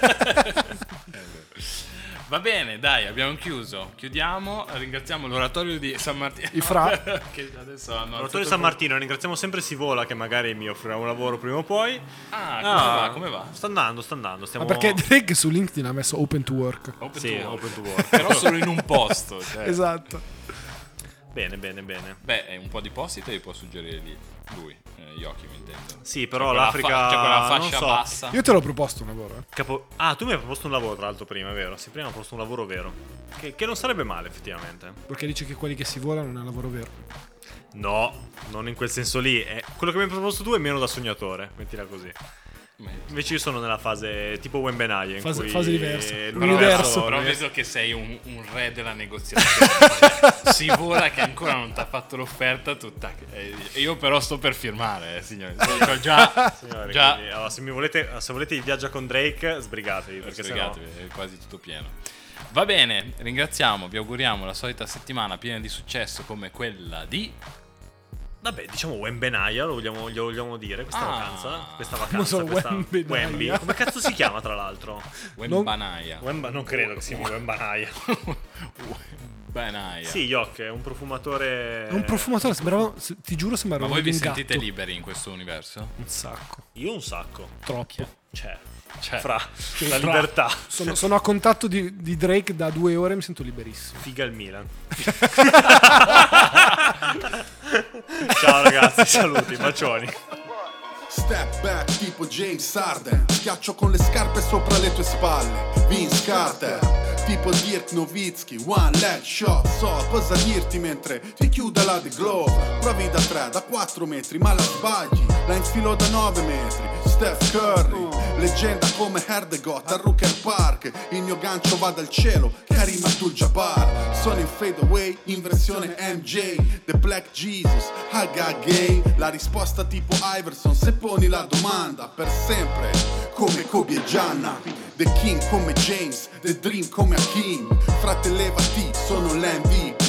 Speaker 1: vero. Va bene, dai, abbiamo chiuso. Chiudiamo, ringraziamo l'oratorio di San Martino.
Speaker 3: I Fra.
Speaker 1: (laughs) che adesso hanno alzato
Speaker 2: Lavoratore San
Speaker 1: il-
Speaker 2: Martino, ringraziamo sempre Sivola che magari mi offrirà un lavoro prima o poi.
Speaker 1: Ah, come va? Come va?
Speaker 2: Sta andando, sta andando.
Speaker 3: Ma
Speaker 2: Stiamo...
Speaker 3: perché Drake su LinkedIn ha messo open to work.
Speaker 1: Open
Speaker 2: Sì,
Speaker 1: to work.
Speaker 2: open to
Speaker 1: (laughs)
Speaker 2: work.
Speaker 1: Però solo in un
Speaker 3: (laughs)
Speaker 2: (laughs)
Speaker 1: posto. cioè.
Speaker 3: Esatto.
Speaker 2: Bene, bene, bene.
Speaker 1: Beh, è un po' di posti te li può suggerire lì. Lui, eh, Joachim intendo.
Speaker 2: Sì, però
Speaker 1: Quella
Speaker 2: l'Africa...
Speaker 1: fa- cioè quella fascia
Speaker 2: non so,
Speaker 1: bassa.
Speaker 3: Io te l'ho proposto un lavoro. eh.
Speaker 2: Capo- Ah, tu mi hai proposto un lavoro, tra l'altro, prima, è vero? Sì, prima mi hai proposto un lavoro vero. Che, che non sarebbe male, effettivamente.
Speaker 3: Perché dice che quelli che si volano non è lavoro vero.
Speaker 2: No, non in quel senso lì. eh, quello che mi hai proposto tu è meno da sognatore, mettila così.
Speaker 1: Ma-
Speaker 2: Invece io sono nella fase tipo Wembenaie. in
Speaker 3: Fase-
Speaker 2: cui
Speaker 3: fase diversa.
Speaker 1: Però,
Speaker 3: L'universo.
Speaker 1: vedo- però vedo che sei un, un re della
Speaker 2: (laughs)
Speaker 1: negoziazione. (laughs) si vola che ancora non ti ha fatto l'offerta. tu tac. Eh, io però sto per firmare, eh, signori. Cioè,
Speaker 2: (laughs)
Speaker 1: già,
Speaker 2: Signore,
Speaker 1: già
Speaker 2: quindi, allora, se, mi volete, se volete il viaggio con Drake, sbrigatevi. Perché sennò...
Speaker 1: Sbrigatevi, è quasi tutto pieno. Va bene, ringraziamo, vi auguriamo la solita settimana piena di successo come quella di...
Speaker 2: Vabbè, diciamo Wembenaia, lo vogliamo, glielo vogliamo dire, questa
Speaker 1: Ah.
Speaker 2: vacanza. Questa
Speaker 3: Non
Speaker 2: vacanza,
Speaker 3: so,
Speaker 2: questa...
Speaker 3: Wembenaia.
Speaker 2: Wemby. Come cazzo si chiama, tra l'altro?
Speaker 1: Wembanaia.
Speaker 2: Wemba... Non credo che si chiami Wembanaia.
Speaker 1: Wembanaia.
Speaker 2: (laughs) sì, Yok, è un
Speaker 3: (laughs)
Speaker 2: profumatore...
Speaker 3: È un profumatore, sembrava, se- ti giuro sembrava
Speaker 1: Ma
Speaker 3: un
Speaker 1: voi vi
Speaker 3: un gatto.
Speaker 1: sentite liberi in questo universo?
Speaker 3: Un sacco,
Speaker 2: Io un sacco.
Speaker 3: troppo.
Speaker 2: Cioè,
Speaker 1: Cioè,
Speaker 2: fra la
Speaker 3: Fra.
Speaker 2: libertà.
Speaker 3: Sono, sono a contatto di, di Drake da due ore e mi sento liberissimo.
Speaker 2: Figa
Speaker 3: (laughs)
Speaker 2: il Milan. Ciao ragazzi, saluti, bacioni.
Speaker 4: Step back tipo James Harden Schiaccio con le scarpe sopra le tue spalle Vince Carter Tipo Dirk Nowitzki One leg shot So cosa dirti mentre ti chiuda la The Globe Provi da 3, da 4 metri ma la sbagli La infilo da 9 metri Steph Curry Leggenda come Herdegot a Rooker Park Il mio gancio va dal cielo Karim Abdul-Jabbar Sono in fade away in versione MJ The Black Jesus Haga Gay La risposta tipo Iverson Se poni la domanda per sempre Come Kobe e Gianna The King come James The Dream come Hakim Fratellevati sono l'MVP